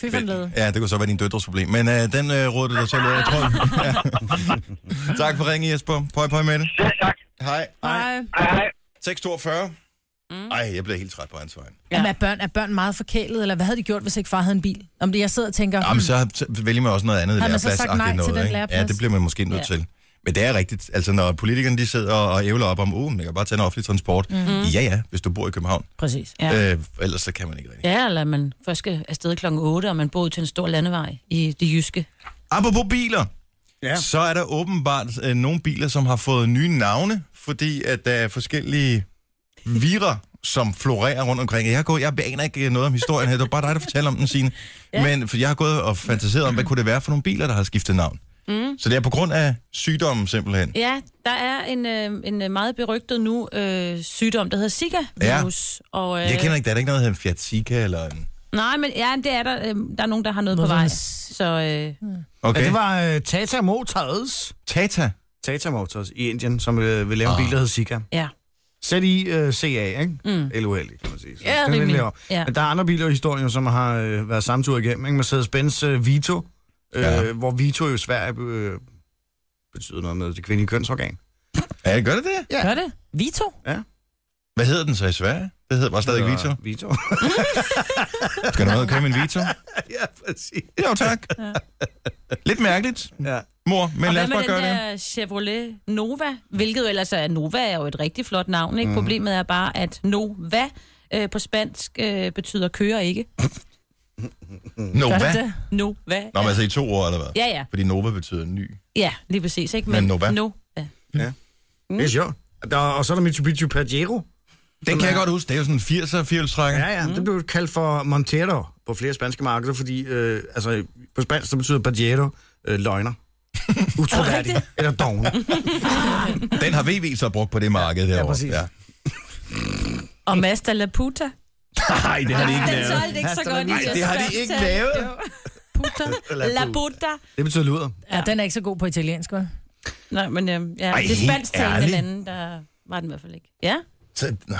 S3: Fy for lede.
S1: Ja, det kunne så være din døtres problem. Men øh, den øh, råd, du dig selv ud af, tror jeg. Ja. tak for ringen, Jesper. Pøj, pøj med det.
S12: Ja, tak.
S1: Hej.
S3: Nej.
S12: Hej, hej.
S1: 642. Mm. Ej, jeg bliver helt træt på hans vej.
S3: Jamen, er børn, er børn meget forkælet, eller hvad havde de gjort, hvis ikke far havde en bil? Om det, jeg sidder og tænker...
S1: Jamen, så så vælger man også noget andet
S3: Har man så sagt
S1: lærepladsagtigt
S3: nej til
S1: noget,
S3: den
S1: ikke?
S3: læreplads?
S1: Ja, det bliver man måske nødt
S2: Ja.
S1: til. Men det er rigtigt. Altså, når politikerne de sidder og ævler op om, uh, man kan bare tage en offentlig transport. Mm.
S3: Mhm.
S1: Ja, ja, hvis du bor i København.
S2: Præcis. Ja.
S1: Ja. Øh, ellers så kan man ikke rigtigt.
S2: ja, eller man først skal afsted kl. 8, og man bor ud til en stor landevej i det jyske.
S1: Apropos biler, ja.
S4: Ja.
S1: så er der åbenbart øh, nogle biler, som har fået nye navne, fordi at der er forskellige virer, som florerer rundt omkring. Jeg, har gået, jeg aner ikke øh, noget om historien her, det var bare dig, der fortalte om den, Signe. Ja. Men for jeg har gået og fantaseret om, hvad kunne det være for nogle biler, der har skiftet navn. Mm. Så det er på grund af sygdommen simpelthen.
S2: Ja, der er en, øh, en øh, meget berygtet nu øh, sygdom, der hedder Zika-virus. Ja. Og, øh,
S1: Jeg kender ikke, der er der ikke noget, der hedder en Fiat Zika eller en...
S2: Nej, men ja, det er der. Øh, der er nogen, der har noget,
S3: Noget,
S2: på
S3: der
S2: vej.
S3: er
S2: Så øh,
S1: Okay.
S4: Ja,
S1: Ja,
S4: det
S1: var...
S4: var uh, Tata Motors.
S1: Tata.
S4: øh,
S1: Ah.
S3: hmm.
S4: Tata Motors i Indien, som uh, vil lave en bil, der hed Sika.
S2: ja.
S4: Sæt i uh, CA, ikke? Mm. Eller uheldig, kan man sige. Så
S2: Ja,
S4: den er lidt
S2: rimelig.
S4: lavere.
S2: Ja.
S4: Men der er andre biler i historien, som har øh, været samme tur igennem. Ikke? Mercedes-Benz øh, Vito, øh,
S1: Ja.
S4: hvor Vito jo i Sverige øh, betyder noget med det kvindelige kønsorgan.
S1: Ja, gør det det?
S4: Ja.
S3: Gør det? Vito?
S4: Ja.
S1: Hvad hedder den så i Sverige? Det hedder bare stadig Vito.
S4: Vito.
S1: Skal du have noget at købe en Vito?
S4: ja, præcis.
S1: Jo, tak.
S2: Ja.
S1: Lidt mærkeligt,
S4: ja.
S1: mor, men
S2: og
S1: lad
S2: hvad
S1: os
S2: med
S1: bare
S2: den
S1: gøre det.
S2: der Chevrolet Nova, hvilket jo ellers er, Nova er jo et rigtig flot navn, ikke?
S1: Mhm.
S2: Problemet er bare, at Nova øh, på spansk øh, betyder kører ikke.
S1: Nova.
S2: Nova.
S1: Nå, men altså i to år, eller hvad?
S2: Ja, ja.
S1: Fordi Nova betyder ny.
S2: Ja, lige præcis, ikke?
S1: Men Nova.
S2: No.
S4: Ja.
S1: Mm.
S4: Det er sjovt. Og Der, og så er der Mitsubishi Pajero.
S1: Den kan jeg godt huske. Det er jo sådan en 80'er firehjulstrækker.
S4: Ja, ja. Mm. Det blev kaldt for Montero på flere spanske markeder, fordi øh, altså, på spansk så betyder Pajero øh, løgner. Utroværdig. Eller dogne.
S1: Den har VV så brugt på det marked herovre.
S4: præcis.
S1: Ja.
S2: Og Mazda La Puta.
S1: Nej, det har de ikke
S2: Den
S1: lavet.
S2: solgte ikke så
S4: Mazda La
S2: godt i
S4: Puta. Nej,
S1: det har de
S2: Spanien.
S1: ikke lavet.
S2: Jo. Puta. La Puta.
S4: Det betyder luder.
S3: Ja, den er ikke så god på italiensk, vel?
S2: Nej, men øhm, ja,
S1: Ej,
S2: Ej, det
S1: helt
S2: spansk talende
S1: ærligt.
S2: lande, der var den i hvert fald ikke. Ja,
S1: Så, nå,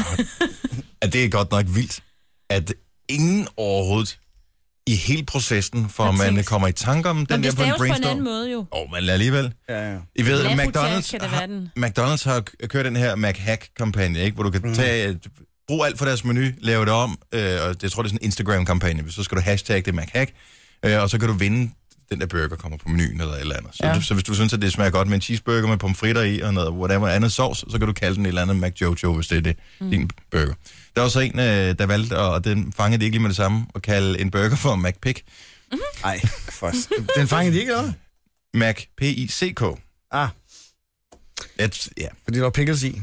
S1: at det er godt nok vildt, at ingen overhovedet i hele processen, for
S2: Har
S1: man
S2: tænkt.
S1: kommer i tanke om
S2: men
S1: den
S2: det
S1: der på en
S2: staves på en anden
S1: brainstorm.
S2: måde jo.
S1: Åh, oh, men alligevel.
S4: Ja, ja.
S1: I ved,
S2: La Puta
S1: McDonald's
S2: kan det
S1: har,
S2: være den.
S1: McDonald's har k- kørt den her McHack-kampagne, ikke? hvor du kan mm. tage, øh, bruge alt fra deres menu, lave det om, øh, og det jeg tror, det er sådan en Instagram-kampagne, så skal du hashtag det McHack, øh, og så kan du vinde den der burger kommer på menuen eller et eller andet. Så,
S3: Ja.
S1: ja. så hvis du synes, at det smager godt med en cheeseburger med pomfritter i og noget whatever andet sovs, så kan du kalde den et eller andet McJojo, hvis det er det, mm. din burger. Der var så en, øh, der valgte, og og den fangede de ikke lige med det samme, at kalde en burger for McPick.
S4: Nej, for... Den fangede de ikke, eller hvad?
S1: Mac, P-I-C-K.
S4: Ah,
S1: Et- Ja,
S4: fordi der var pickles i.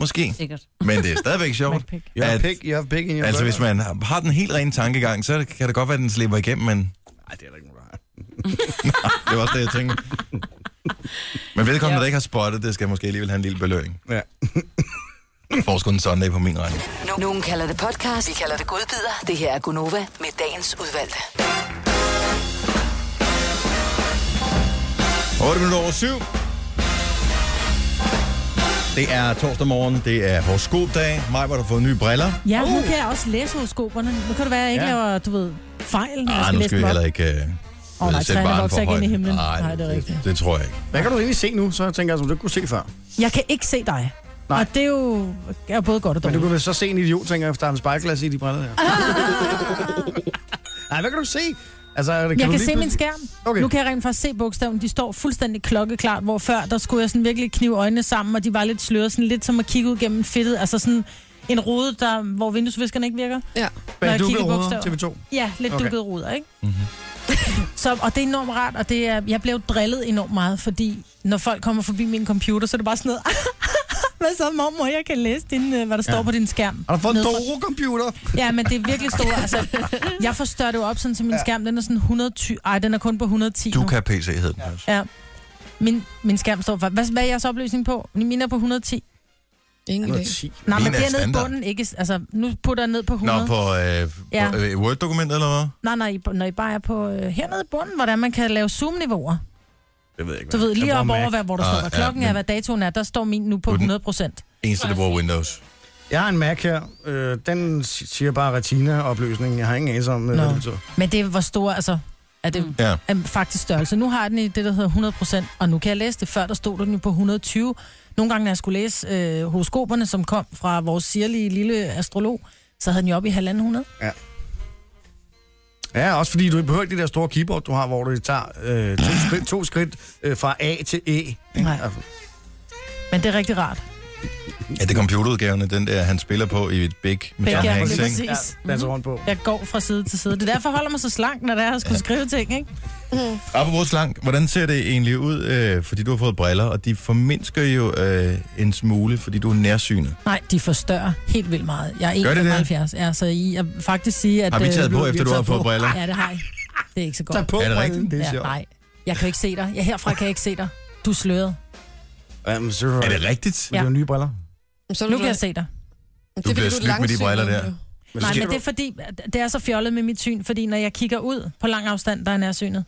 S1: måske.
S2: Sikkert.
S1: Men det er stadigvæk sjovt.
S4: You have,
S1: At-
S4: pig, you have pig in your
S1: Altså,
S4: burger.
S1: hvis man har har den helt rene tankegang, så kan det godt være, at den slipper igennem, men
S4: Nej, det er der ikke nogen, der har.
S1: det var også det, jeg tænkte. Men vedkommende, der ikke har spottet det, skal måske alligevel have en lille belønning.
S4: Ja.
S1: Får sgu en Sunday på min regning.
S11: No- Nogen kalder det podcast, vi kalder det godbider. Det her er Gunova med dagens udvalgte.
S1: 8 minutter over 7. Det er torsdag morgen, det er horoskopdag. Maj, hvor du har fået nye briller.
S3: Ja,
S2: Uh.
S3: nu kan jeg også læse horoskoperne. Nu kan det være, at jeg ikke
S1: Ja.
S3: ja. laver, du ved, fejl. når jeg
S1: Ah, nu
S3: læse
S1: skal vi
S3: dem op.
S1: heller ikke... Øh,
S3: Åh, nej,
S1: sætte
S3: træerne
S1: barren
S3: vokser
S1: for
S3: ikke ind i
S1: højt.
S3: himlen.
S1: Nej,
S3: Nej, det er rigtigt.
S1: det, det tror jeg ikke.
S4: Hvad kan du egentlig se nu, så tænker jeg, som du ikke kunne se før?
S3: Jeg kan ikke se dig.
S4: Nej.
S3: Nej. Og det er jo er både godt og
S4: Men du
S3: dårligt.
S4: kan vel så se en idiot, tænker jeg, for der er en spejlglas i de briller der. Nej, hvad kan du se? Altså, kan
S3: Jeg
S4: du
S3: kan
S4: lige
S3: se min
S4: pludselig-
S3: skærm.
S4: Okay.
S3: Okay. Nu kan jeg rent faktisk se bogstaven. De står fuldstændig klokkeklart, hvor før der skulle jeg sådan virkelig knive øjnene sammen, og de var lidt sløret, sådan lidt som at kigge ud gennem fedtet. Altså sådan en rude, der, hvor vinduesviskerne ikke virker.
S6: Ja.
S3: når jeg
S4: Bagdukkede
S3: kigger i
S4: ruder,
S3: bogstaver.
S4: TV2.
S3: Ja, lidt
S4: Okay. Mhm.
S3: okay. dukket ruder, ikke? Mm-hmm. Så, og det er enormt rart, og det er, jeg blev drillet enormt meget, fordi når folk kommer forbi min computer, så er det bare sådan noget, hvad så, mormor, jeg kan læse, din, øh, hvad der står
S4: Ja.
S3: på din skærm.
S4: Har du fået en
S3: Nede fra-
S4: Doro-computer?
S3: Ja, men det er virkelig stort. Altså, jeg forstørrer det jo op, sådan, så min
S4: Ja.
S3: ja. skærm den er sådan 120. Ej, den er kun på 110
S1: Du
S3: nu.
S1: kan PC hed den. faktisk.
S3: Ja. Min, min skærm står for... Hvad, hvad er jeres opløsning på? Min er på 110.
S6: Ingen idé.
S4: 10.
S3: Nej,
S1: Min
S3: men
S1: er
S3: det er nede i
S1: standard.
S3: bunden, ikke? Altså, nu putter jeg ned på 100.
S1: Nå, på, øh,
S3: Ja.
S1: på øh, Word-dokumentet, eller hvad?
S3: Nej, nej, I- når I bare er på øh, hernede i bunden, hvordan man kan lave zoom-niveauer.
S4: Det ved jeg ikke.
S3: Du ved, lige
S4: Jeg
S3: op
S4: bruger
S3: over,
S4: Mac.
S3: hvad, hvor der
S1: Ah,
S3: står, hvad
S1: ja,
S3: klokken
S1: men-
S3: er, hvad datoen er, der står min nu på
S1: Du er den-
S3: 100 procent.
S1: Eneste, der bruger Windows.
S4: Jeg har en Mac her. Øh, den si- siger bare retina-opløsningen. Jeg har ingen anelse om, Nå. hvad det betyder.
S3: Men det er, hvor stor, altså, er det
S1: Ja.
S3: er faktisk størrelse. Nu har jeg den i det, der hedder 100 procent, og nu kan jeg læse det. Før der stod den jo på 120. Nogle gange, når jeg skulle læse øh, horoskoperne, som kom fra vores sirlige lille astrolog, så havde den jo op i 1,500.
S4: Ja, også fordi du ikke behøver ikke det der store keyboard, du har, hvor du tager øh, to, skridt, to skridt øh, fra A til E. ikke?
S3: Nej.
S4: Altså,
S3: Men det er rigtig rart.
S1: Ja, det er computerudgaverne, den der, han spiller på i et Big med Tom
S3: ja,
S1: Hanks,
S3: lige
S1: ikke?
S4: ja,
S3: præcis. Mhm.
S4: der er så rundt på.
S3: Jeg går fra side til side. Det er derfor, jeg holder mig så slank, når det er, jeg skulle skrive ting, ikke?
S1: Apropos slank, hvordan ser det egentlig ud, øh, fordi du har fået briller, og de formindsker jo øh, en smule, fordi du er nærsynet.
S3: Nej, de forstørrer helt vildt meget. Jeg
S1: Gør
S3: er
S1: det det?
S3: 75, ja, så I jeg vil faktisk sige, at...
S1: Har vi
S3: øh,
S1: taget på,
S3: vi
S1: efter du har
S3: taget
S1: fået
S3: på.
S1: briller?
S3: Ja, det har jeg. Det er ikke så godt.
S4: Tag på,
S1: Er det
S4: Brian.
S1: rigtigt?
S4: Det
S3: ja,
S4: sjovt.
S3: nej, jeg kan jo ikke se dig. Jeg herfra kan jeg ikke se dig. Du er sløret.
S4: Jamen, så er
S1: Er
S4: det
S1: det rigtigt?
S4: rigtigt? Ja. nye briller.
S6: Så er
S3: Nu
S6: du-
S3: kan jeg se dig.
S6: Det er,
S1: bliver
S6: fordi er
S1: snydt med de
S6: langsynet,
S1: briller der.
S6: jo.
S4: Men
S3: Nej,
S4: så-
S3: men det er fordi, at det er så fjollet med mit syn, fordi når jeg kigger ud på lang afstand, der er nærsynet.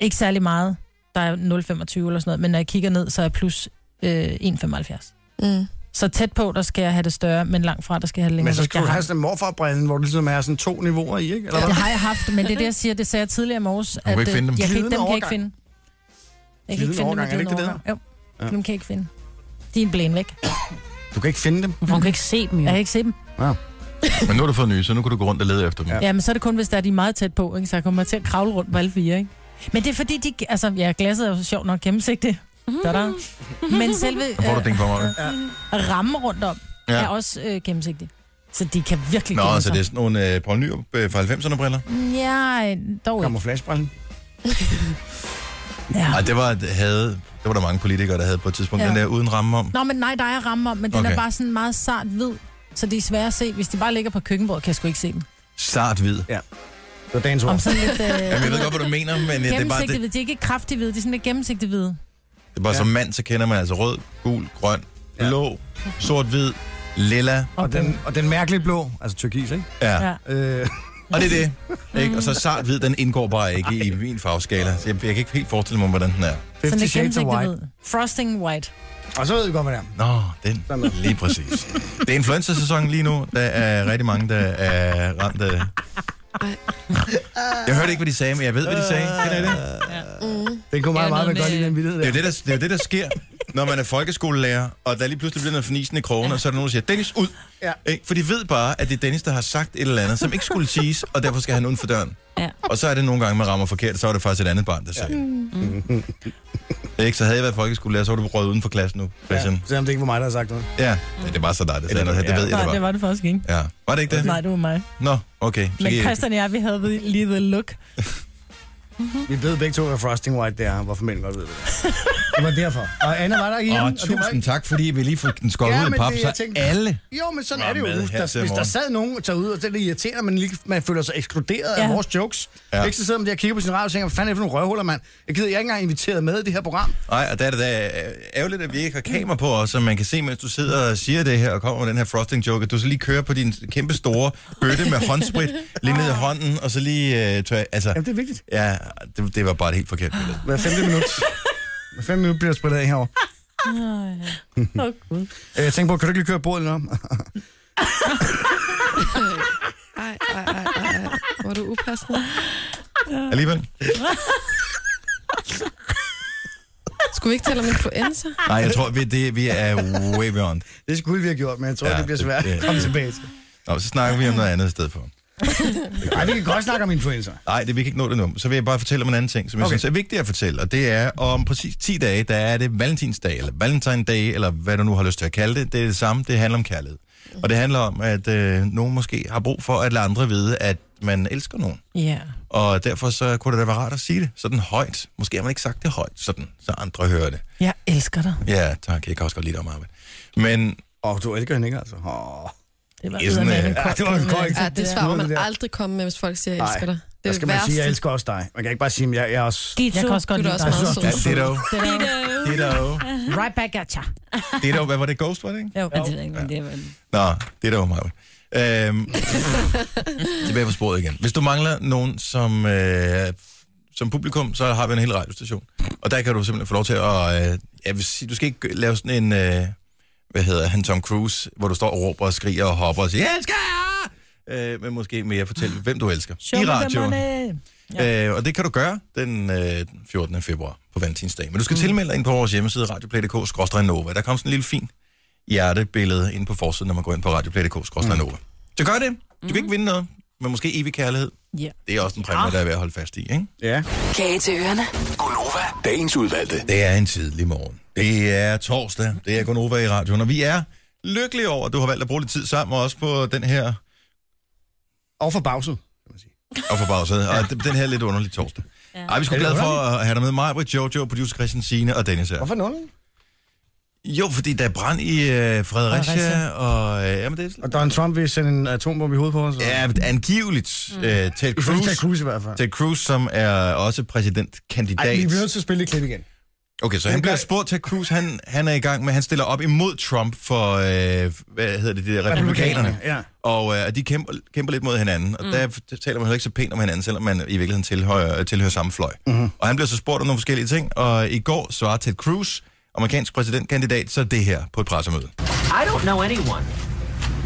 S3: Ikke særlig meget. Der er 0,25 eller sådan noget, men når jeg kigger ned, så er jeg plus øh, 1,75.
S6: Mm.
S3: Så tæt på, der skal jeg have det større, men langt fra, der skal jeg have det længere.
S4: Men så
S3: væk.
S4: skal
S3: Jeg
S4: du
S3: har
S4: have sådan en morfarbrænden, hvor du ligesom er sådan to niveauer i, ikke? Eller
S3: Det
S4: hvad?
S3: har jeg haft, men det er det, jeg siger, det sagde jeg tidligere i morges.
S4: kan ikke
S3: øh,
S4: finde dem.
S3: Jeg kan ikke,
S4: Glidende
S3: dem kan jeg ikke
S4: overgang.
S3: finde. Jeg kan ikke
S4: Glidende
S3: finde dem,
S4: overgang, er det ikke det, det
S3: der? Jo, ja. dem kan jeg ikke finde. De er en blæn væk.
S4: Du kan ikke finde dem.
S3: Hun kan ikke se dem, jo. Jeg kan ikke se dem.
S4: Ja.
S1: Men nu har du fået nye, så nu kan du gå rundt og lede efter dem.
S3: Ja. ja, men så er det kun, hvis der er de er meget tæt på, ikke? så jeg kommer til at kravle rundt på alle fire, ikke? Men det er fordi, de, altså, ja, glasset er jo sjovt nok gennemsigtigt. Da-da. Men selve
S1: Så får du den kommer. Ja.
S3: ramme rundt om
S1: Ja.
S3: ja. er også øh, gennemsigtig. Så de kan virkelig
S1: Nå,
S3: gemme
S1: så
S3: sig.
S1: det er sådan nogle øh, Poul Nyrup øh, fra 90'erne briller.
S3: Ja, dog ikke.
S4: Kamuflagebrillen.
S3: Ja.
S1: Ej, det var, det havde, det var der mange politikere, der havde på et tidspunkt ja.
S3: Ja.
S1: den der uden ramme om.
S3: Nå, men nej, der er ramme om, men den
S1: Okay.
S3: er bare sådan meget sart hvid, så det er svært at se. Hvis de bare ligger på køkkenbordet, kan jeg sgu ikke se dem.
S1: Sart hvid.
S4: Ja. Det var dagens ord.
S3: Om sådan lidt, øh,
S1: Jamen, jeg ved godt, hvad du mener, men øh, det er bare,
S3: Gennemsigtig
S1: det,
S3: hvid, de er ikke kraftig hvide, de er sådan lidt gennemsigtig hvide.
S1: det er bare ja. som mand, så kender man altså rød, gul, grøn, blå, sort-hvid, lilla.
S4: Og den, og den mærkelige blå, altså tyrkis, ikke?
S1: Ja.
S4: Øh,
S1: Og det er det. Ikke? Og så sart hvid, den indgår bare ikke i min farveskala. Så jeg, jeg kan ikke helt forestille mig, hvordan den er.
S3: Sådan lidt gennemsigtig hvid. Frosting white.
S4: Og så ved vi godt, hvad det er.
S1: Nå, den. Lige præcis. Det er influenza-sæsonen lige nu. Der er rigtig mange, der er ramt af... Jeg hørte ikke, hvad de sagde, men jeg ved, hvad de sagde.
S4: Øh,
S1: Kender I det?
S4: Det kunne meget, meget være godt i den vildhed
S1: Det er
S4: der.
S1: jo det, der, det, er jo det, der sker, når man er folkeskolelærer, og der lige pludselig bliver noget fornisen i krogen, og så er der nogen, der siger, Dennis, ud!
S4: Ja.
S1: Ikke? For de ved bare, at det er Dennis, der har sagt et eller andet, som ikke skulle siges, og derfor skal han uden for døren.
S2: Ja.
S1: Og så er det nogle gange, man rammer forkert, så er det faktisk et andet barn, der siger det.
S3: Mm.
S1: det. er Ikke? Mm. Så havde jeg været folkeskolelærer, så var du røget uden for klassen nu, Christian. Ja.
S4: Selvom det ikke var mig, der har sagt noget.
S1: Ja, det er bare så dig, der sagde noget her. Det ved jeg,
S3: Nej,
S1: det var.
S3: det var det faktisk ikke.
S1: Ja. Var det ikke det?
S3: Nej, det var mig.
S1: Nå, okay. Så
S3: Men
S1: kan I-
S3: Christian og jeg, vi havde lige the look.
S4: Vi ved begge to, hvad frosting white det er, hvorfor mænd godt ved det. Det
S3: Mhm.
S4: var derfor. Og Anna var der igen.
S1: Åh,
S4: og det var
S1: tusind tak, fordi vi lige fik den skåret
S4: Ja,
S1: ud af
S4: men
S1: pap,
S4: det,
S1: så
S4: jeg tænkte-
S1: alle...
S4: Jo, men sådan
S1: Var
S4: er det jo.
S1: med
S4: Hvis
S1: her til
S4: der, hvis der
S1: morgen.
S4: sad nogen og tager ud, og det er lidt irriterende, men lige, man føler sig ekskluderet ja.
S3: Ja.
S4: af vores jokes.
S1: Ja.
S4: Ja. Ikke så sidder man der og kigger på sin radio og tænker, hvad fanden er det for nogle røvhuller, mand? Jeg gider, jeg er ikke engang inviteret med i det her program.
S1: Nej, og der er det da øh, ærgerligt, at vi ikke har kamera på os, så man kan se, mens du sidder og siger det her og kommer med den her frosting joke, at du så lige kører på din kæmpe store bøtte med håndsprit lige ned i hånden, og så lige øh, tør, altså,
S4: Jamen, det er vigtigt.
S1: ja, det, det, var bare et helt forkert billede.
S4: Hver femte minut. Hver femte minut bliver der spredt af herovre.
S3: Åh, Gud.
S4: Øh, Jeg tænker på, kan du ikke lige køre bordet eller noget?
S6: Ej, ej, ej, ej, ej. Hvor er du upassende.
S1: Alligevel?
S6: Skulle vi ikke tale om influenza?
S1: Nej, jeg tror, vi, det, vi er way beyond.
S4: Det skulle vi have gjort, men jeg tror,
S1: Ja,
S4: ja, det bliver
S1: det-
S4: svært
S1: det-
S4: at komme tilbage til.
S1: Nå, så snakker vi om noget andet i stedet for.
S4: Nej, vi kan godt snakke om influencer.
S1: Nej, det vi kan ikke nå det nu. Så vil jeg bare fortælle om en anden ting, som jeg okay.
S4: Okay.
S1: synes er vigtigt at fortælle, og det er, om præcis 10 dage, der er det Valentinsdag, eller Valentine Day, eller hvad du nu har lyst til at kalde det. Det er det samme, det handler om kærlighed. Og det handler om, at øh, nogen måske har brug for at lade andre vide, at man elsker nogen.
S3: Ja.
S1: Og derfor så kunne det da være rart at sige det sådan højt. Måske har man ikke sagt det højt, sådan, så andre hører det.
S3: Jeg elsker dig.
S1: Ja, tak. Jeg kan også godt lide dig om arbejde. Men
S4: Åh, oh, du elsker hende ikke, altså. Oh.
S3: Det var
S1: Ja, sådan,
S3: eddermame
S1: øh,
S3: en
S1: ja,
S3: kort
S4: det var en
S3: kommentar.
S4: kort-
S6: Ja, det svarer
S4: Det
S6: man
S4: der.
S6: aldrig komme med, hvis folk siger, jeg
S4: Nej,
S6: elsker dig. Det
S4: Der
S6: er
S4: skal
S6: det
S4: man sige, jeg
S6: værste.
S4: elsker også dig. Man kan ikke bare sige, at jeg, jeg er også...
S3: Jeg kan også godt
S6: Du er
S3: lide
S6: også
S3: dig.
S6: meget sød.
S1: ja, ditto,
S3: Det der-
S1: ditto,
S3: Right back at ya.
S1: ditto. Hvad var det? Ghost, var det ikke?
S3: Jo,
S2: Men det ved jeg ikke, men det er...
S1: Nå, det er der jo meget. Øhm, tilbage på sporet igen. Hvis du mangler nogen som, øh, som publikum, så har vi en hel radiostation. Og der kan du simpelthen få lov til at... Øh, jeg vil sige, du skal ikke lave sådan en... Øh, hvad hedder han? Tom Cruise, hvor du står og råber og skriger og hopper og siger, jeg elsker jer! Øh, men måske mere fortælle, hvem du elsker.
S3: Show me the money.
S1: Øh, og det kan du gøre den øh, 14. februar på Valentinsdag. Men du skal mm. tilmelde dig ind på vores hjemmeside, radioplay.dk-nova. Der kom sådan en lille fin hjertebillede ind på forsiden, når man går ind på radioplay.dk-nova. Så gør det. Du kan ikke vinde noget, men måske evig kærlighed.
S3: Ja.
S1: Det er også en præmie, der er værd at holde fast i, ikke?
S4: Ja.
S11: Kage til ørerne.
S13: Gonova, dagens udvalgte.
S1: Det er en tidlig morgen. Det er torsdag. Det er Gonova i radioen, og vi er lykkelige over, at du har valgt at bruge lidt tid sammen, og også på den her
S4: Og forbavset.
S1: og forbavset, og den her lidt underlige torsdag. Ja. Ej, vi skulle
S4: Er det
S1: glade for
S4: underligt?
S1: at have dig med mig, Britt, Jojo, producer Christian Sine og Dennis her.
S4: Hvorfor nullen?
S1: Jo, fordi der er brand i øh, Fredericia, Fredericia,
S4: Fredericia.
S1: og øh, jamen, det er
S4: Og Donald Trump vil sende en atombombe i hovedet på os. og-
S1: Ja, angiveligt mm. øh, Ted
S4: I forhold til
S1: Cruz,
S4: Cruz i hvert fald.
S1: Ted Cruz, som er også præsidentkandidat.
S4: Ej, vi bliver nødt til at spille det klip igen.
S1: Okay, så han
S4: Men
S1: bliver
S4: gør-
S1: spurgt til Cruz, han, han er i gang med, han stiller op imod Trump for, øh, hvad hedder det, de der republikanerne.
S4: Ja.
S1: Og øh, de kæmper, kæmper lidt mod hinanden, og mm. der taler man heller ikke så pænt om hinanden, selvom man i virkeligheden tilhører, øh, tilhører samme fløj.
S4: Mm-hmm.
S1: Mm. Og han bliver så spurgt om nogle forskellige ting, og i går svarer Ted Cruz, amerikansk præsidentkandidat, så det her på et pressemøde.
S7: I don't know anyone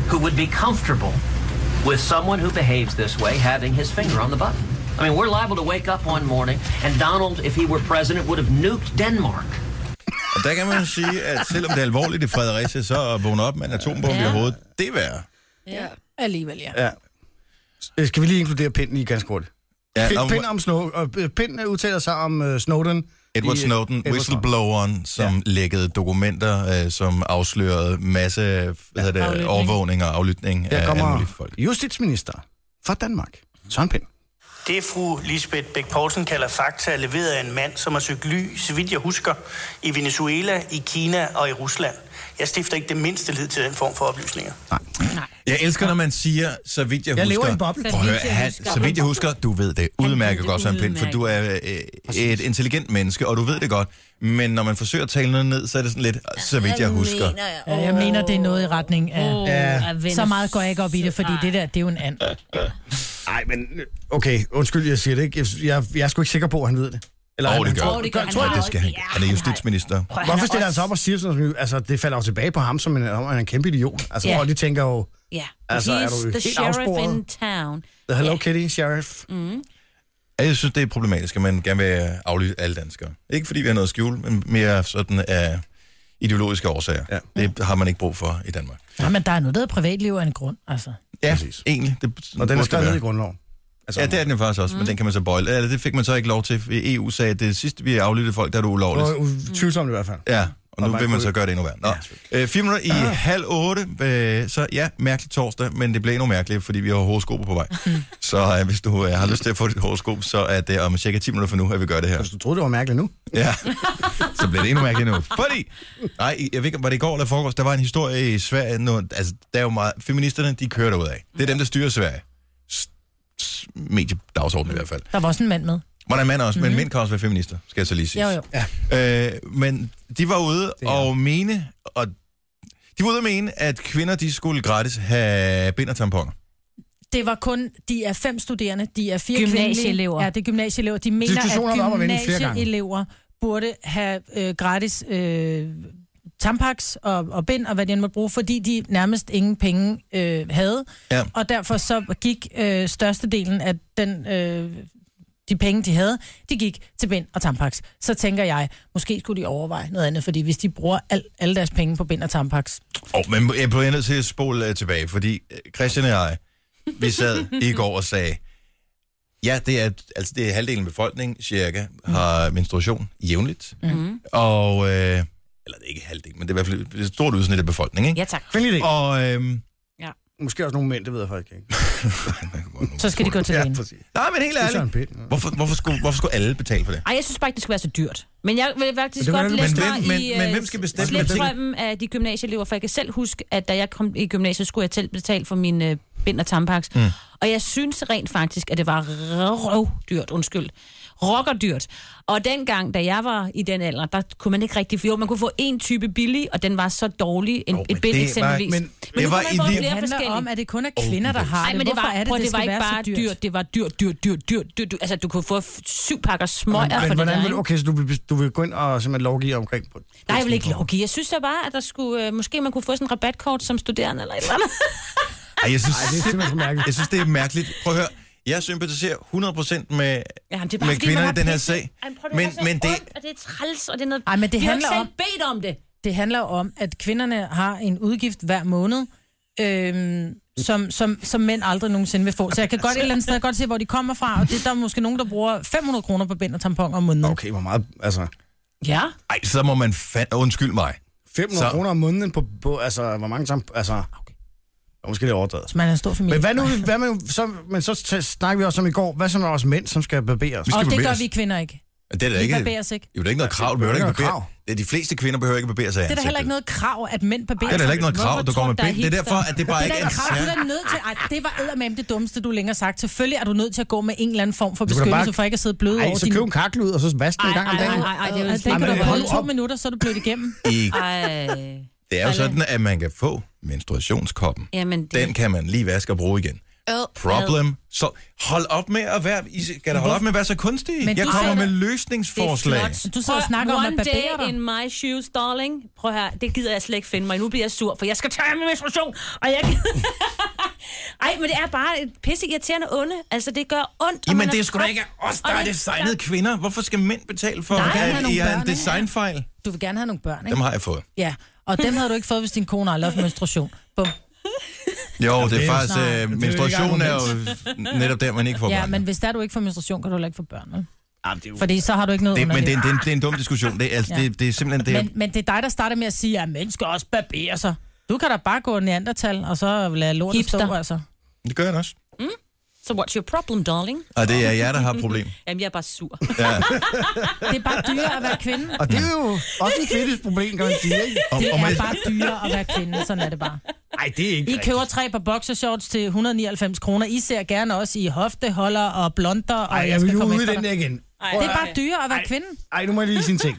S7: who would be comfortable with someone who behaves this way having his finger on the button. I mean, we're liable to wake up one morning and Donald, if he were president, would have nuked Denmark.
S1: Og der kan man jo sige, at selvom det er alvorligt i Fredericia, så at vågne op med en atombombe ja. i
S3: Ja.
S1: hovedet, det er værre.
S3: Ja. Alligevel, ja.
S4: Ja. Øh, Skal vi lige inkludere pinden i ganske hurtigt?
S1: Ja,
S4: Ja, pind,
S1: nå,
S4: pind om Snow, og øh, pinden udtaler sig om uh, Snowden.
S1: Edward Snowden,
S4: Edward Snowden.
S1: whistlebloweren, som ja. lækkede dokumenter, øh, som afslørede masse hvad hedder det,
S4: Aflytning.
S1: overvågning og aflytning
S4: Her
S1: af alle
S4: kommer
S1: mulige folk.
S4: justitsminister fra Danmark, Søren Pind.
S9: Det, fru Lisbeth Bæk Poulsen kalder fakta, er leveret af en mand, som har søgt ly, så vidt jeg husker, i Venezuela, i Kina og i Rusland. Jeg stifter ikke det mindste lid til den form for oplysninger.
S1: Jeg elsker, når man siger, så vidt jeg,
S9: Jeg
S1: husker...
S9: lever i en boble.
S1: Prøv at høre,
S9: Så vidt jeg
S1: han,
S9: husker.
S1: så vidt jeg husker, du ved det udmærket godt, Søren Pind, for du er øh, et intelligent menneske, og du ved det godt. Men når man forsøger at tale noget ned, så er det sådan lidt, så vidt jeg husker.
S3: Ja, jeg mener, det er noget i retning af...
S1: Åh,
S3: Ja.
S1: at
S3: Så meget går jeg ikke op i det, fordi det der, det er jo en and.
S4: Nej, men øh, okay, undskyld, jeg siger det ikke. Jeg, jeg, jeg er sgu ikke sikker på, at han ved det.
S1: Åh,
S4: han
S1: det gør
S4: tror-
S1: han.
S4: tror jeg,
S1: Det skal han. Han er justitsminister.
S4: Hvorfor stiller han sig op og siger sådan noget? Altså, det falder jo tilbage på ham, som en, om han er en kæmpe idiot. Altså,
S2: Ja.
S4: yeah. og de tænker jo,
S2: Ja. Altså,
S4: Altså, er
S2: He's
S4: du
S1: øh,
S2: the
S4: helt
S2: sheriff
S4: afsporet?
S2: in town.
S4: the Hello Kitty Sheriff.
S2: Mm.
S1: Ja, Jeg synes, det er problematisk, at man gerne vil aflyse alle danskere. Ikke fordi vi har noget at skjule, men mere sådan af ideologiske årsager. Ja. Det har man ikke brug for i Danmark.
S3: Nej, men der er noget, der hedder privatliv af en grund, altså.
S1: Ja, Præcis. egentlig. Det,
S4: Og den er
S1: burde
S4: skrevet
S1: det
S4: ned
S1: være.
S4: i grundloven.
S1: Altså, ja, det er den jo faktisk også, mm. men den kan man så bøjle. Eller det fik man så ikke lov til. fordi EU sagde, at det sidste, vi aflyttede folk, der er det ulovligt.
S4: Og tvivlsomt i hvert fald.
S1: Ja, og nu
S4: man
S1: vil man
S4: kunne-
S1: så gøre det endnu værre. Nå, ja. øh, fire minutter i halv otte, øh, så ja, mærkelig torsdag, men det bliver endnu mærkeligt, fordi vi har horoskoper på vej.
S4: Mm.
S1: så øh, hvis du øh, har lyst til at få dit horoskop, så er det om cirka 10 minutter fra nu, at vi gør det her.
S4: Du troede, det var mærkeligt nu?
S1: Ja, så bliver det endnu mærkeligt nu. Fordi, nej, jeg ved ikke, var det i går eller foregårs, der var en historie i Sverige, nu, altså, der er jo meget, feministerne, de kører derud af. Det er dem, der styrer Sverige. S- s- Mediedagsordenen i hvert fald.
S3: Der var også en mand med.
S1: Var der en mand også,
S4: Mhm.
S1: mm-hmm. men mænd kan også være feminister, skal jeg så lige sige.
S3: Jo, jo.
S1: Ja. Øh, men de var ude og mene, og de var ude og mene, at kvinder, de skulle gratis have bind og tamponer.
S3: Det var kun, de er fem studerende, de er fire
S2: Gymnasieelever.
S3: kvindelige- Ja, det er gymnasieelever. De mener,
S4: Diskussionen er op at
S3: at
S4: vende flere gange.
S3: gymnasieelever burde have øh, gratis øh, tampaks og, og bind og hvad de end måtte bruge, fordi de nærmest ingen penge øh, havde.
S1: Ja.
S3: Og derfor så gik øh, størstedelen af den, øh, de penge, de havde, de gik til bind og tampaks. Så tænker jeg, måske skulle de overveje noget andet, fordi hvis de bruger al, alle deres penge på bind og tampaks,
S1: Og men jeg bliver nødt til at spole øh, tilbage, fordi øh, Christian og jeg, vi sad i går og sagde, ja, det er, altså, det er halvdelen af befolkningen, cirka, har menstruation jævnligt.
S2: Mm.
S1: Og, øh, eller det er ikke halvdelen, men det er i hvert fald et stort udsnit af befolkningen, ikke?
S2: Ja, tak.
S4: Kvindelig del.
S1: Og, øhm,
S2: Ja.
S4: Måske også nogle mænd, det ved jeg faktisk ikke.
S3: så skal de gå til lægen.
S1: Nej, men helt
S4: Det er Søren
S1: ærligt. Hvorfor, hvorfor, skulle, hvorfor skulle alle betale for det?
S2: Ej, jeg synes bare ikke, det skal være så dyrt. Men jeg vil
S1: Men
S2: faktisk
S1: det var
S2: godt
S1: det,
S2: lægge
S1: men
S2: mig
S1: hvem- men-
S2: i
S1: men hvem skal bestemme, hvad tingene-
S2: slipstrømmen af de gymnasieelever, for jeg kan selv huske, at da jeg kom i gymnasiet, skulle jeg selv betale for mine øh, bind og tampaks. Mm. Og jeg synes rent faktisk, at det var røvdyrt, undskyld. Rockerdyrt. Og dengang, da jeg var i den alder, der kunne man ikke rigtig... Jo, man kunne få en type billig, og den var så dårlig, en, jo, et bind
S1: det var-
S2: eksempelvis.
S1: men-
S2: nu
S1: det
S2: kan
S1: var
S2: man
S1: i
S2: få
S1: det-
S2: flere
S3: Det handler
S2: forskellige.
S3: om, at det kun er kvinder, der har
S2: Nej,
S3: det.
S2: men det
S3: Hvorfor
S2: var,
S3: er det,
S2: prøv,
S3: det,
S2: det,
S3: skal
S2: var ikke
S3: være
S2: bare
S3: så dyrt?
S2: dyrt. Det var dyrt, dyrt, dyrt, dyrt, dyrt, dyrt. Altså, du kunne få f- syv pakker smøger
S4: Men
S2: for det der,
S4: hvordan
S2: ikke?
S4: vil, okay, så du vil, du vil gå ind og simpelthen lovgive omkring på
S2: Nej, jeg vil ikke lovgive. Jeg synes da bare, at der skulle, øh, måske man kunne få sådan en rabatkort som studerende eller et eller andet.
S1: Ej, jeg synes,
S4: Ej, det er simpelthen for mærkeligt.
S1: Jeg synes, det er mærkeligt. Prøv at høre. Jeg sympatiserer 100% med,
S2: Jamen, det er bare,
S1: med
S2: fordi man
S1: kvinderne i
S2: har
S1: den her
S2: pisse.
S1: sag.
S2: Ej, prøv,
S1: Men, men det,
S2: Og det er træls, og det er noget...
S3: Ej, men det
S2: Vi har jo
S3: handler
S2: ikke
S3: om...
S2: selv bedt om det.
S3: Det handler om, at kvinderne har en udgift hver måned, øhm, som, som, som mænd aldrig nogensinde vil få. Så jeg kan godt et eller andet sted godt se, hvor de kommer fra, og det er der er måske nogen, der bruger 500 kroner på bind og tampon om måneden.
S4: Okay, hvor meget, altså...
S3: Ja.
S1: ej, så må man fa- Undskyld mig.
S4: 500
S1: Så-
S4: kroner om måneden på, på, altså, hvor mange sammen, altså... Okay. Måske lidt overdrevet.
S3: Så man er en stor familie.
S4: Men hvad nu, hvad med, så, men så t- snakker vi også om i går, hvad så med os mænd, som skal barbere os?
S3: og det gør vi kvinder ikke.
S1: Det er da
S3: Vi
S1: ikke,
S3: barberer os ikke.
S1: Det er da ikke noget krav. Du behøver
S4: Det er
S1: ikke
S4: ikke noget
S1: barbere. Det er de fleste kvinder behøver ikke barbere sig i
S3: Det er da
S1: ansigtet.
S3: heller ikke noget krav, at mænd barberer
S1: Det er da heller ikke noget
S3: sig.
S1: krav,
S3: Hvorfor
S1: du går
S3: tror
S1: med
S3: der er
S1: bind? Det er
S3: hipster?
S1: derfor, at det bare
S3: det
S1: ikke
S3: er da et
S1: er
S3: krav,
S1: en
S3: du er da nødt til. Ej, det var eddermame det dummeste, du længere har sagt. Selvfølgelig er du nødt til at gå med en eller anden form for
S4: Du kan da
S3: beskyttelse,
S4: bare-
S3: for ikke at sidde blød
S4: Ej,
S3: over
S4: så
S3: din...
S4: køb en kakkel ud, og så vask den en gang om dagen.
S3: det,
S2: jo
S3: altså, det
S2: slet
S3: kan du
S2: ikke-
S3: holde to
S2: Hold op.
S3: minutter, så er du blevet igennem.
S1: I-
S2: Ej,
S1: Det er jo sådan, at man kan få menstruationskoppen.
S2: jamen det...
S1: Den kan man lige vaske og bruge igen.
S6: Ad.
S1: Problem. Så hold op med at være... I skal da holde op med at være så kunstige.
S2: Men
S1: Jeg
S2: du
S1: kommer
S2: sagde
S1: med
S2: det.
S1: løsningsforslag.
S3: Du sad og snakkede om at
S2: One day
S3: barbere dig.
S2: in my shoes, darling. Prøv her, det gider jeg slet ikke finde mig. Nu bliver jeg sur, for jeg skal tage min menstruation, og jeg gider- Ej, men det er bare et pisse irriterende onde. Altså, det gør ondt. og man
S1: Jamen, det er sgu da
S2: træt.
S1: ikke os, der
S2: Og
S1: er
S2: det-
S1: designet kvinder. Hvorfor skal mænd betale for,
S3: Nej, han har
S1: at
S3: nogle
S1: I har
S3: børn,
S1: en
S3: ikke?
S1: designfejl?
S3: Du vil gerne have nogle børn, ikke?
S1: Dem har jeg fået.
S3: Ja, og dem havde du ikke fået, hvis din kone aldrig har haft menstruation. Bum.
S1: Jo, det
S4: det
S1: er
S4: er jo
S1: faktisk...
S4: snart-
S1: Øh,
S4: det er jo
S1: menstruation
S4: ikke
S1: er jo netop der, man ikke får
S3: Ja,
S1: børn.
S3: men hvis der du ikke får menstruation, kan du heller ikke få børn, vel?
S4: Jamen, det er jo...
S3: Fordi så har du ikke noget
S1: Det, men det,
S3: underliv.
S1: er en- det, er en- det er en dum diskussion. Det er, altså,
S3: Ja.
S1: det, det er simpelthen... Det er,
S3: Men, men det er dig, der starter med at sige, at mennesker også barberer sig. Du kan da bare gå neandertal, og så lade lortet
S2: Hipster.
S3: stå, altså.
S1: det gør jeg da også.
S2: So what's your problem, darling?
S1: Og det er jer, der har problem.
S2: Jamen, jeg er bare sur.
S1: Ja.
S3: Det er bare dyrere at være kvinde.
S4: Og det er jo også et kvindes problem, kan man sige, ikke?
S1: Og,
S3: Det
S1: og man,
S3: er bare dyrere at være kvinde, sådan er det bare.
S4: Nej, det er ikke
S3: I køber tre par boxershorts til 199 kroner. I ser gerne også i hofteholder og blonder, og
S4: Ej,
S3: jeg,
S4: jeg vil
S3: skal
S4: jo
S3: komme
S4: ude i
S3: efter
S4: den der
S3: dig.
S4: igen.
S3: Det er bare dyrere at være kvinde.
S4: Ej, nu må jeg lige sige en ting.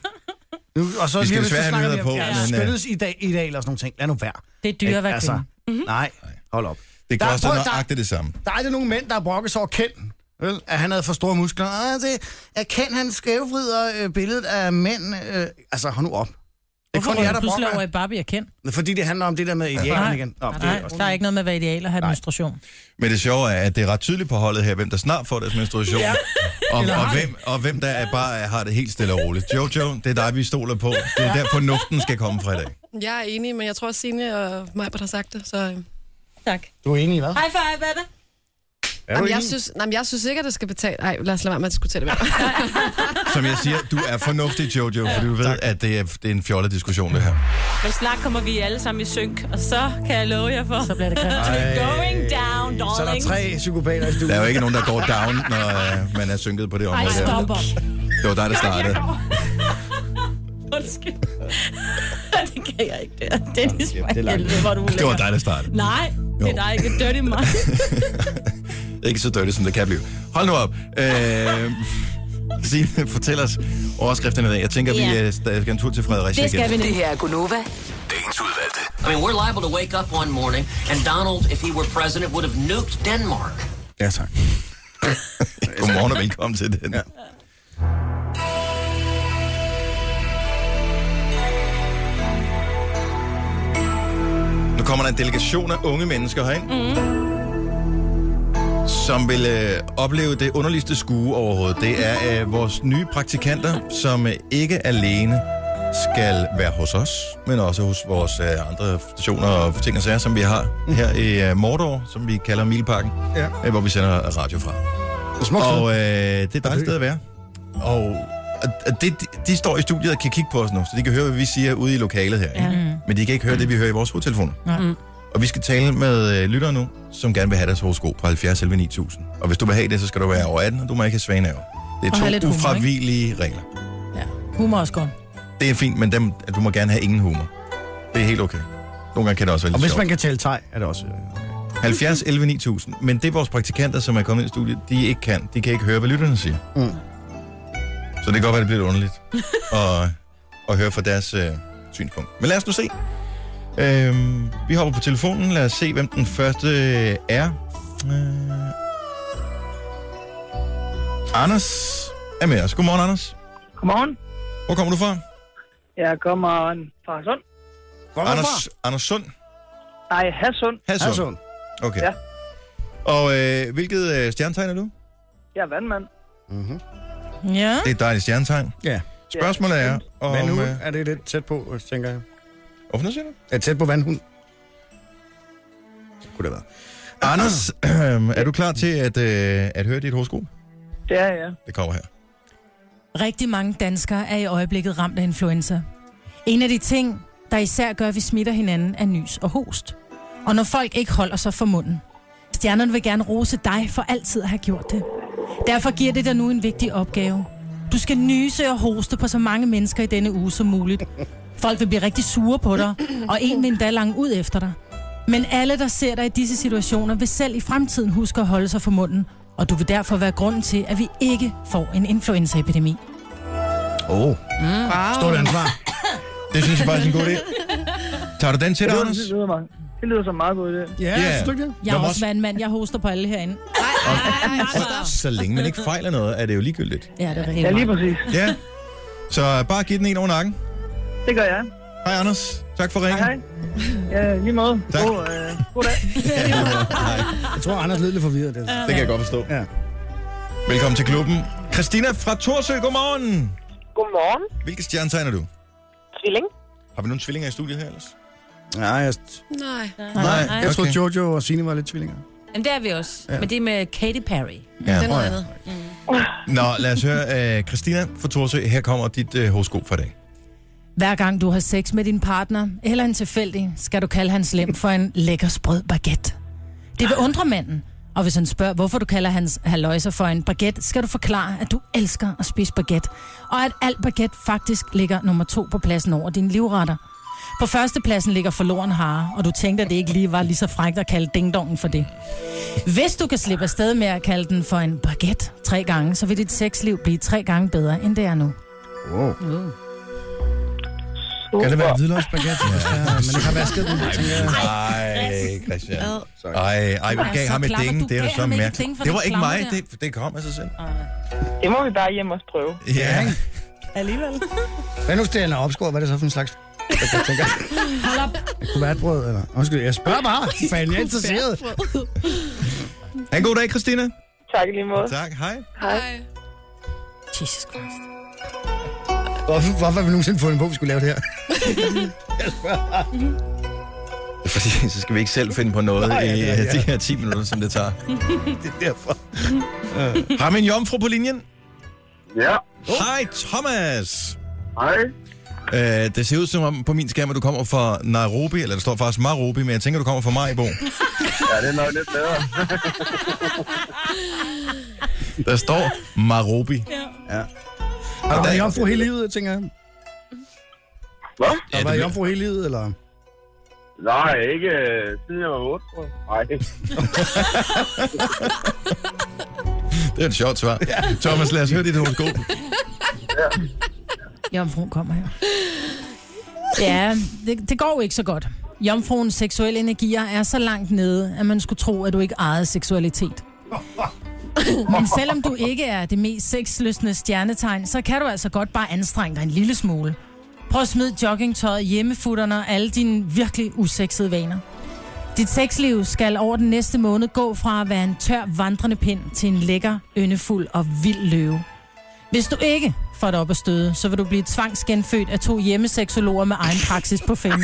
S4: Nu, og så
S1: Vi skal
S4: lige,
S1: desværre have nyheder på,
S4: Ja,
S1: men, øh,
S4: skønnes i dag, i dag eller sådan nogle ting. Lad nu være. Altså,
S3: Det er dyrere at være kvinde.
S4: mm-hmm. nej, hold op.
S1: det
S4: Der er-
S1: koster
S4: prøv at- der-
S1: nøjagtigt det samme.
S4: Der er aldrig nogen mænd, der har brokket sig over Ken. Vel? At han havde for store muskler. Og det, at Ken, han skævvrider øh, billedet af mænd. Øh, altså, hold nu op. Det er
S3: Hvorfor
S4: kun
S3: er
S4: jer,
S3: du
S4: der
S3: pludselig over i
S4: brokker.
S3: Barbie og Ken?
S4: Fordi det handler om det der med idealerne
S3: Nej,
S4: igen. Nå, det er
S3: nej,
S4: også-
S3: der er ikke noget med, hvad idealer har menstruation.
S1: Men det sjove er, at det er ret tydeligt på holdet her, hvem der snart får deres menstruation, ja. og, og, hvem, og hvem der er bare er- har det helt stille og roligt. Jojo, det er dig, vi stoler på. Det er der fornuften skal komme fra i dag.
S6: Jeg er enig, men jeg tror også, Signe og Majbert har sagt det, så... øh,
S2: Tak.
S4: Du er enig i hvad?
S2: High five, baby.
S4: Er du
S6: Jamen, jeg,
S4: enig?
S6: synes, nej, men jeg synes ikke, at det skal betale... Nej, lad os lade være med at diskutere det mere.
S1: Som jeg siger, du er fornuftig, Jojo, for du ved, at det er, det er en fjollet diskussion, det her.
S2: Men snart kommer vi alle sammen i synk, og så kan jeg love jer for... Så
S3: bliver det grimt.
S2: Going down, darling.
S4: Så er der tre psykopater i studiet.
S1: Der er jo ikke nogen, der går down, når øh, man er synket på det område.
S3: Ej,
S1: her.
S3: stop op.
S1: Det var dig, der startede.
S2: Undskyld. det kan jeg ikke. Det er Dennis for
S4: Jamen, det er langt.
S2: helvede, hvor du
S1: Det var
S2: ulækker.
S1: dig, der startede.
S2: Nej, det er
S1: Jo.
S2: dig ikke. Dirty mig.
S1: Ikke så dirty, som det kan blive. Hold nu op. Øh, Signe, fortæl os overskrifterne i dag. Jeg tænker, vi
S2: Ja.
S1: øh, sta- skal en tur til Fredericia igen.
S11: Det her er Gunova.
S13: Dagens udvalgte.
S7: I mean, we're liable to wake up one morning and Donald, if he were president, would have nuked Denmark.
S4: Ja, tak.
S1: Godmorgen og velkommen til den. Ja. Nu kommer der en delegation af unge mennesker herind, mm. som vil øh, opleve det underligste skue overhovedet. Det er øh, vores nye praktikanter, som øh, ikke alene skal være hos os, men også hos vores øh, andre stationer og ting og sager, som vi har her i øh, Mordor, som vi kalder Milparken,
S4: Ja.
S1: øh, hvor vi sender radio fra.
S4: Smukt
S1: Og
S4: og,
S1: øh, det er et dejligt sted at være. Og og- og det, de- de står i studiet og kan kigge på os nu, så de kan høre, hvad vi siger ude i lokalet her. Ikke? Ja. Men de kan ikke høre det, vi hører i vores hovedtelefoner.
S3: Nej.
S2: Mm.
S1: Og vi skal tale med øh, lyttere nu, som gerne vil have deres horoskop på 70 11 9000. Og hvis du vil have det, så skal du være over 18, og du må ikke have svaneaver.
S3: Og have
S1: Det er
S3: lidt
S1: to
S3: humor, ikke?
S1: ufravigelige regler.
S3: Humor er også godt.
S1: Det er fint, men dem, at du må gerne have ingen humor. Det er helt okay. Nogle gange kan det også være
S4: og
S1: lidt
S4: hvis
S1: sjovt.
S4: man kan tælle teg, er det også... øh,
S1: 70 11 9000. Men det vores praktikanter, som er kommet ind i studiet, de ikke kan. De kan ikke høre, hvad lytterne siger. Mm. Så det kan godt være, det bliver lidt underligt at, at høre fra deres øh, synspunkt. Men lad os nu se. Øhm, vi hopper på telefonen. Lad os se, hvem den første øh, er. Øh, Anders er med os. Godmorgen, Anders.
S12: Godmorgen.
S1: Hvor kommer du fra?
S12: Jeg kommer fra Sund.
S4: Hvor er du
S1: Anders, Anders Sund.
S12: Nej, Hadsund.
S4: fra?
S1: Hadsund.
S4: Hadsund.
S1: Okay.
S12: Ja.
S1: Og øh, hvilket øh, stjernetegn er du?
S12: Jeg er vandmand.
S4: Mhm.
S3: Ja.
S1: Det er et dejligt stjernetegn.
S4: Ja.
S1: Spørgsmålet er, om...
S4: Vandhund
S1: øh,
S4: er det lidt tæt på, tænker jeg.
S1: Hvorfor siger du?
S4: Er det tæt på vandhund? Så kunne det være.
S1: Anders, øh, er du klar til at, øh, at høre dit horoskop?
S12: Det er jeg.
S1: Det kommer her.
S3: Rigtig mange danskere er i øjeblikket ramt af influenza. En af de ting, der især gør, at vi smitter hinanden, er nys og host. Og når folk ikke holder sig for munden. Stjernerne vil gerne rose dig for altid at have gjort det. Derfor giver det dig nu en vigtig opgave. Du skal nyse og hoste på så mange mennesker i denne uge som muligt. Folk vil blive rigtig sure på dig, og en vil endda lange ud efter dig. Men alle, der ser dig i disse situationer, vil selv i fremtiden huske at holde sig for munden, og du vil derfor være grunden til, at vi ikke får en influenzaepidemi.
S4: Åh, oh,
S6: Wow.
S3: Mm.
S4: stort ansvar.
S1: Det synes jeg faktisk er en god idé. Tager du den til dig,
S12: Det
S1: Anders?
S12: lyder meget.
S14: Det lyder som en meget god idé.
S1: Ja, Ja. synes du ikke det?
S3: Jeg
S1: Nå,
S3: er
S1: men
S3: også vandmand. Jeg hoster på alle herinde.
S1: Så længe man ikke fejler noget, er det jo ligegyldigt.
S3: Ja, det er rigtigt.
S14: Ja, lige præcis.
S1: Ja. Så bare giv den en over nakken.
S14: Det gør jeg.
S1: Hej Anders. Tak for ringen.
S14: Hej. Ja, lige måde.
S1: Tak.
S14: God, øh, god dag.
S4: Jeg tror, Anders lød lidt forvirret. Det,
S1: Det kan jeg godt forstå.
S4: Ja.
S1: Velkommen til klubben. Christina fra Torsø, godmorgen.
S15: Godmorgen.
S1: Hvilke stjernetegn er du?
S15: Tvilling.
S1: Har vi nogen tvillinger i studiet her ellers?
S4: Nej, jeg,
S2: Nej.
S4: nej,
S2: Nej.
S4: jeg tror Jojo og Signe var lidt tvillinger.
S2: Jamen, det er vi også.
S1: Ja.
S2: Ja. Men det er med Katy Perry.
S1: Ja.
S2: Den er noget
S1: Åh, ja.
S2: andet.
S1: Nå, lad os høre. øh, Christina fra Torsø, her kommer dit øh, horoskop for i dag.
S3: Hver gang du har sex med din partner, eller en tilfældig, skal du kalde hans lem for en lækker sprød baguette. Det vil undre manden. Og hvis han spørger, hvorfor du kalder hans haløjser for en baguette, skal du forklare, at du elsker at spise baguette. Og at alt baguette faktisk ligger nummer to på pladsen over dine livretter. På førstepladsen ligger forloren hare, og du tænkte, at det ikke lige var lige så frækt at kalde dingdongen for det. Hvis du kan slippe afsted med at kalde den for en baguette tre gange, så vil dit sexliv blive tre gange bedre, end det er nu.
S4: Wow.
S3: Uh.
S4: Kan det være hvidløgsbaguette? Ja. Man ikke har vasket den. tænker jeg?
S1: Nej, Christian.
S4: Sorry.
S1: Ej, ej,
S4: Du
S1: vi
S4: er
S1: gav
S4: så
S1: ham et
S4: klam, og
S1: ding.
S4: du
S1: Det er da
S4: gav
S1: så
S4: ham ikke et
S1: mærkeligt.
S4: ding for
S1: Det
S4: den
S1: var ikke
S4: klamme
S1: mig.
S4: der.
S1: Det, det kom af sig selv.
S14: Det må vi bare hjem og prøve.
S1: Ja.
S14: Alligevel.
S4: Hvad nu, hvis det er en opskåret? Hvad er det så for en slags? Jeg tænker,
S3: Hold op.
S4: kuvertbrød, eller... Undskyld, jeg spørger bare. Fanden, jeg er interesseret.
S1: Ha' en god dag, Christina.
S14: Tak i lige måde.
S1: Tak, hej.
S14: Hej.
S3: Jesus Christ.
S4: Hvorfor, hvorfor har vi nogensinde fundet på, at vi skulle lave det her?
S1: Fordi så skal vi ikke selv finde på noget
S4: Nå,
S1: Nå,
S4: ja,
S1: ja,
S4: det
S1: i øh,
S4: er det,
S1: de
S4: ja.
S1: her 10 minutter, som det tager.
S4: det er derfor.
S1: Øh. Har vi en jomfru på linjen? Oh.
S16: Ja.
S1: Hej, Thomas.
S16: Hej.
S1: Øh, det ser ud som om på min skærm, at du kommer fra Nairobi, eller der står faktisk Marobi, men jeg tænker, du kommer fra Maribo.
S16: Ja, det er nok lidt bedre.
S1: Der står Marobi.
S4: Ja. Har du været jomfru hele livet, tænker jeg?
S16: Hvad?
S4: Har du været jomfru hele livet, eller?
S16: Nej, ikke øh, siden jeg var 8, tror jeg. Nej.
S1: Det er et sjovt svar. Thomas, lad os høre dit horoskop.
S3: Jomfruen kommer her. Ja, det, det går jo ikke så godt. Jomfruens seksuelle energier er så langt nede, at man skulle tro, at du ikke ejede seksualitet. Men selvom du ikke er det mest sexløsende stjernetegn, så kan du altså godt bare anstrenge dig en lille smule. Prøv at smide joggingtøjet, hjemmefutterne og alle dine virkelig usexede vaner. Dit sexliv skal over den næste måned gå fra at være en tør vandrende pind til en lækker, yndefuld og vild løve. Hvis du ikke får det op at støde, så vil du blive tvangsgenfødt af to hjemmeseksologer med egen praksis på Femø.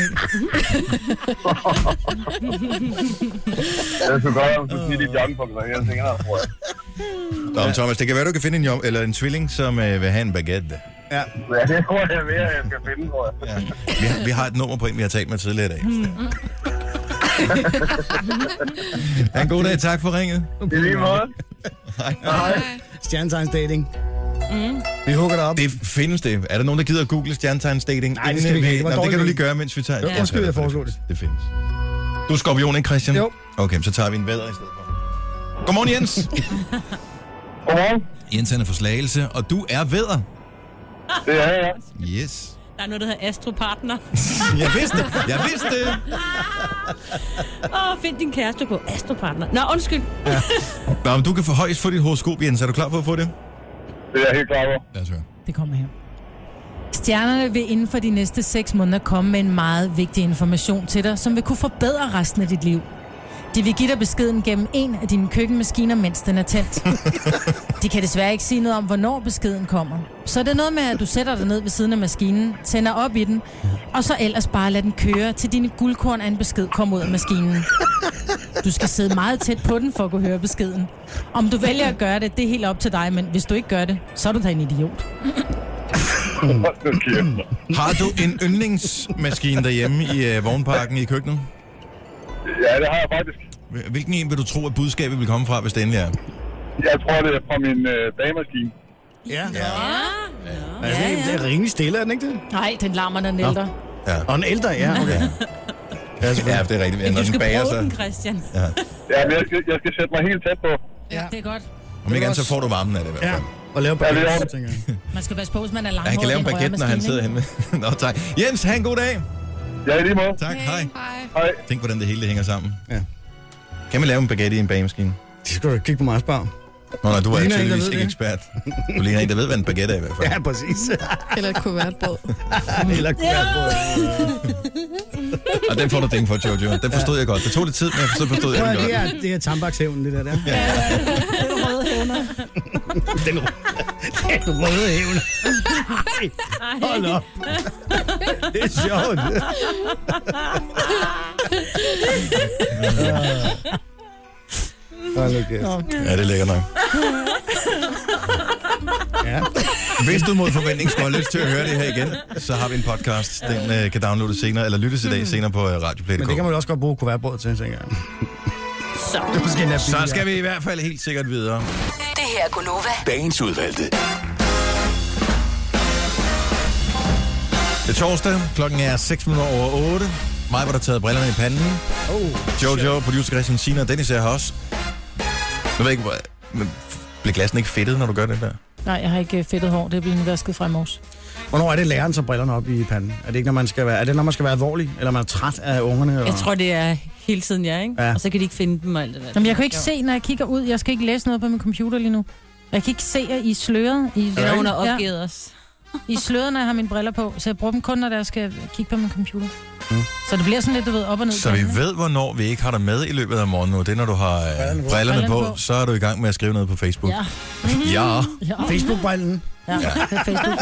S16: Jeg skulle godt, at du siger dit jump på mig, jeg tænker, der tror jeg.
S1: Nå, men Thomas, det kan være, du kan finde en, jom, eller en tvilling, som øh, vil have en baguette.
S4: Ja.
S16: ja, det tror jeg mere, jeg skal finde, tror jeg.
S1: Ja. Vi har, vi har et nummer på en, vi har talt med tidligere i dag.
S14: Hmm.
S1: Ha' en god dag. Tak for ringet.
S16: I lige måde.
S4: Hej. Stjernetegns dating.
S16: Mm.
S4: Vi hugger dig op.
S1: Det findes det. Er der nogen, der gider at google stjernetegns dating?
S4: Nej, det skal vi ikke. Det
S1: Nå,
S4: var
S1: det
S4: dårlig
S1: kan du lige
S4: mening.
S1: gøre, mens vi tager...
S4: Jo,
S1: Ja.
S4: undskyld, jeg foreslog det.
S1: Det findes. Du er skorpion, ikke Christian?
S4: Jo.
S1: Okay, så tager vi en vædder i stedet for. Godmorgen, Jens.
S16: Godmorgen.
S1: Jens han er forslagelse, og du er vædder.
S16: Det er jeg.
S1: Yes.
S2: Der er noget, der hedder Astropartner.
S1: Jeg vidste det. Jeg vidste det.
S2: Åh, find din kæreste på Astropartner. Nå, undskyld.
S1: Nå, men du kan for højst få dit horoskop, Jens. Er du klar på at få det?
S16: Det er jeg helt klar over.
S1: Lad os høre.
S3: Det kommer her. Stjernerne vil inden for de næste 6 måneder komme med en meget vigtig information til dig, som vil kunne forbedre resten af dit liv. De vil give dig beskeden gennem en af dine køkkenmaskiner, mens den er tændt. De kan desværre ikke sige noget om, hvornår beskeden kommer. Så det er noget med, at du sætter dig ned ved siden af maskinen, tænder op i den, og så ellers bare lader den køre, til dine guldkorn af en besked kommer ud af maskinen. Du skal sidde meget tæt på den for at kunne høre beskeden. Om du vælger at gøre det, det er helt op til dig, men hvis du ikke gør det, så er du da en idiot.
S1: Har du en yndlingsmaskine derhjemme i øh, vognparken i køkkenet?
S16: Ja, det har jeg faktisk.
S1: Hvil- Hvilken en vil du tro, at budskabet vil komme fra, hvis det endelig er?
S16: Jeg tror, det er fra min øh, dagemaskine.
S4: Ja.
S1: Ja.
S4: Altså, det, det er rimelig stille, er den ikke det?
S3: Nej, den larmer, den ældre.
S1: Ja.
S4: Og en ældre, ja, okay.
S1: Ja, ja det er rigtigt. Men du skal bager, så...
S3: Christian.
S1: Ja.
S16: Ja, men jeg skal, jeg skal sætte mig helt tæt på.
S3: Ja, det er godt.
S1: Om ikke andet, så får du varmen af det i hvert fald.
S4: Og lave
S16: Ja, det er
S4: baguette,
S16: det.
S4: tænker jeg.
S3: Man skal passe på, hvis man er
S1: Ja,
S3: langt
S1: han kan lave en baguette, når han sidder henne. Nå, tak. Jens, have en god dag. Ja, i lige måde. Tak, hej. Hej. Tænk, hvordan det hele det hænger sammen. Ja. Kan man lave en baguette i en bagemaskine?
S4: Det skal du kigge på mig spørg.
S1: Nå, nej, du er
S4: Ligner en, der
S1: tydeligvis
S4: ved
S1: ikke
S4: det.
S1: ekspert. Du ligner en, der ved, hvad en baguette er i hvert fald.
S4: Ja, præcis.
S6: Eller et kuvertbrød.
S4: Eller kuvertbrød.
S1: Og Ah, den får du ding for, Jojo. Den forstod jeg godt. Det tog lidt tid, men så forstod jeg
S4: Prøv,
S1: den
S4: at-
S1: godt.
S4: det er, det er tambakshævnen, det der. der. Ja. Den røde hævner. Den røde hævner.
S12: Ej.
S4: Hold op. Det er sjovt. Hold nu kæft.
S1: Ja, det er lækkert nok. Ja. Hvis du mod forventning skulle have lyst til at høre det her igen, så har vi en podcast. Den øh, kan downloades senere, eller lyttes i dag senere på øh, radioplay.dk.
S4: Men det kan man jo også godt bruge kuvertbrød til, tænker jeg.
S2: Så.
S4: Det er måske endda
S1: Så
S4: billigere.
S1: skal vi i hvert fald helt sikkert videre.
S11: Det her er Gunova.
S1: Dagens udvalgte. Det er torsdag, klokken er 6 minutter over 8. Mig var der taget brillerne i panden. Oh, Jojo, producer Christian Sina og Dennis er her også. Jeg ved ikke, hvor... men Bliver glassen ikke fedtet, når du gør det der?
S3: Nej, jeg har ikke øh, fedtet hår. Det er blevet vasket fra i morges.
S4: Hvornår er det, læreren så brillerne op i panden? Er det ikke, når man skal være, er det, når man skal være alvorlig? Eller man er træt af ungerne? Eller?
S2: Jeg tror, det er hele tiden jeg, ikke?
S4: Ja.
S2: Og så kan de ikke finde dem og alt det der.
S3: Jamen, jeg kan jo ikke se, når jeg kigger ud. Jeg skal ikke læse noget på min computer lige nu. Jeg kan ikke se, at I er sløret. I
S2: Det er hun har opgivet os.
S3: I er sløret, når jeg har mine briller på, så jeg bruger dem kun, når jeg skal kigge på min computer.
S1: Mm.
S3: Så det bliver sådan lidt, du ved, op og ned.
S1: Så vi ved, hvornår vi ikke har dig med i løbet af morgenen nu. Det er, når du har øh, brillerne, på.
S3: Brillerne
S1: brillerne
S3: på.
S1: på, så er du i gang med at skrive noget på Facebook.
S3: Ja.
S1: Ja.
S3: ja.
S4: Facebook-brillen.
S3: Ja, det er Facebook.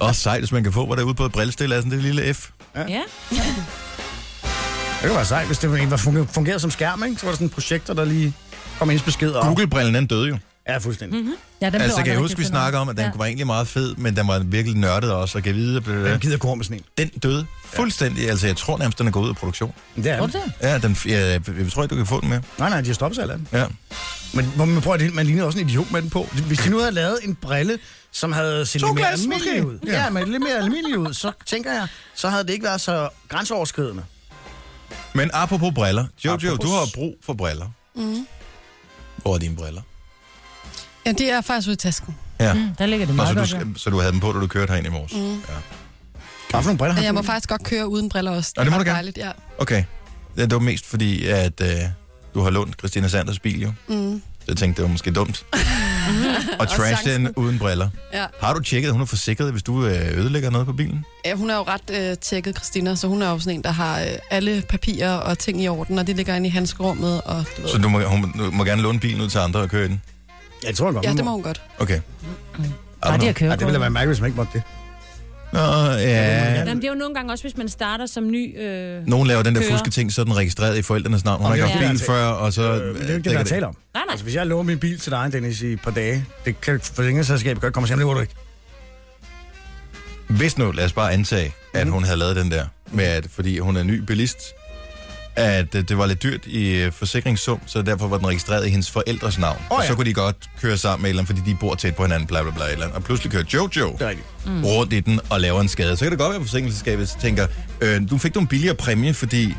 S1: Også sejt, hvis man kan få, hvor der ude på et brillestil er sådan det lille F.
S2: Ja.
S4: Det kunne være sejt, hvis det var- fungerede, fungerede som skærm, ikke? Så var der sådan en projekter, der lige kom ens besked om.
S1: Google-brillen, den døde jo.
S4: Ja, fuldstændig. Mm-hmm.
S3: Ja, den blev
S1: altså, kan
S4: aldrig
S1: jeg huske,
S4: rigtig
S1: vi
S4: til
S1: snakker
S4: noget.
S1: om, at den
S4: Ja.
S1: ja. var egentlig meget fed, men den var virkelig nørdet også, og kan vide... Den
S4: gider gå med sådan en.
S1: Den døde fuldstændig. Altså, jeg tror nærmest, den er gået ud af produktion.
S4: Det er
S1: Tror
S4: den.
S1: du Ja, den, ja, jeg, jeg tror ikke, du kan få den mere.
S4: Nej, nej, de har stoppet sig af
S1: Ja.
S4: Men hvor man prøver, at det- man ligner også en idiot med den på. Hvis de nu havde lavet en brille, som havde set lidt mere
S12: Solglas,
S4: almindelig
S12: måske?
S4: ud.
S12: Ja.
S4: Ja, ja men lidt mere almindelig ud, så tænker jeg, så havde det ikke været så grænseoverskridende.
S1: Men apropos briller. Jojo,
S4: Apropos-
S1: du har brug for briller.
S6: Mm.
S1: Hvor er dine briller?
S6: Ja, de er faktisk ude i tasken.
S1: Ja.
S6: Mm, der ligger det
S1: Nå, så,
S6: meget
S1: du,
S6: godt,
S1: skal- så du havde dem på, da du kørte herind i morges?
S6: Mm.
S4: Hvad for nogle briller
S6: Og jeg må faktisk godt køre uden briller også.
S1: Nå, det må
S6: er
S1: du gerne.
S6: dejligt, ja.
S1: Okay. Ja, Det var mest fordi, at øh, du har lånt Christina Sanders bil jo.
S6: Mm.
S1: Så jeg tænkte, det var måske dumt. Og trash
S6: chancen.
S1: den uden briller.
S6: Ja.
S1: Har du tjekket, at hun er forsikret, hvis du øh, ødelægger noget på bilen?
S6: Ja, hun er jo ret øh, tjekket, Christina, så hun er jo sådan en, der har øh, alle papirer og ting i orden, og det ligger inde i handskerummet, og du ved.
S1: Så du må, hun du må gerne låne bilen ud til andre og køre i den?
S4: Ja, det tror jeg
S6: Ja, det må hun godt.
S1: Okay.
S4: Nej,
S1: det er
S4: Ej, det ville
S1: kørekort.
S4: være mærkeligt, hvis man ikke måtte det.
S1: Nå, ja.
S2: Jamen, det er jo nogle gange også, hvis man starter som ny øh,
S1: Nogen laver den der
S2: kører.
S1: fusketing, så er den registreret i forældrenes navn. Hun har
S4: Og
S1: ikke
S4: det er
S1: haft
S4: jo
S1: bil
S4: det, der er
S1: før, og så...
S4: Øh, men det er jo ikke det, der er tale om.
S2: Nej, nej.
S4: Altså, hvis jeg låner min bil til dig, Dennis, i et par dage, det kan forsikringsselskabet godt komme og sige, "Jamen, det må du ikke.
S1: Hvis nu, lad os bare antage, at hun havde lavet den der, med at, fordi hun er ny bilist, at øh, det var lidt dyrt i øh, forsikringssum, så derfor var den registreret i hendes forældres navn. Oh, ja. Og så kunne de godt køre sammen med et eller andet, fordi de bor tæt på hinanden, bla bla bla, et eller andet. Og pludselig kører Jojo
S12: Mm.
S1: mm. rundt i den og laver en skade. Så kan det godt være, at forsikringsselskabet tænker, øh, du fik du en billigere præmie, fordi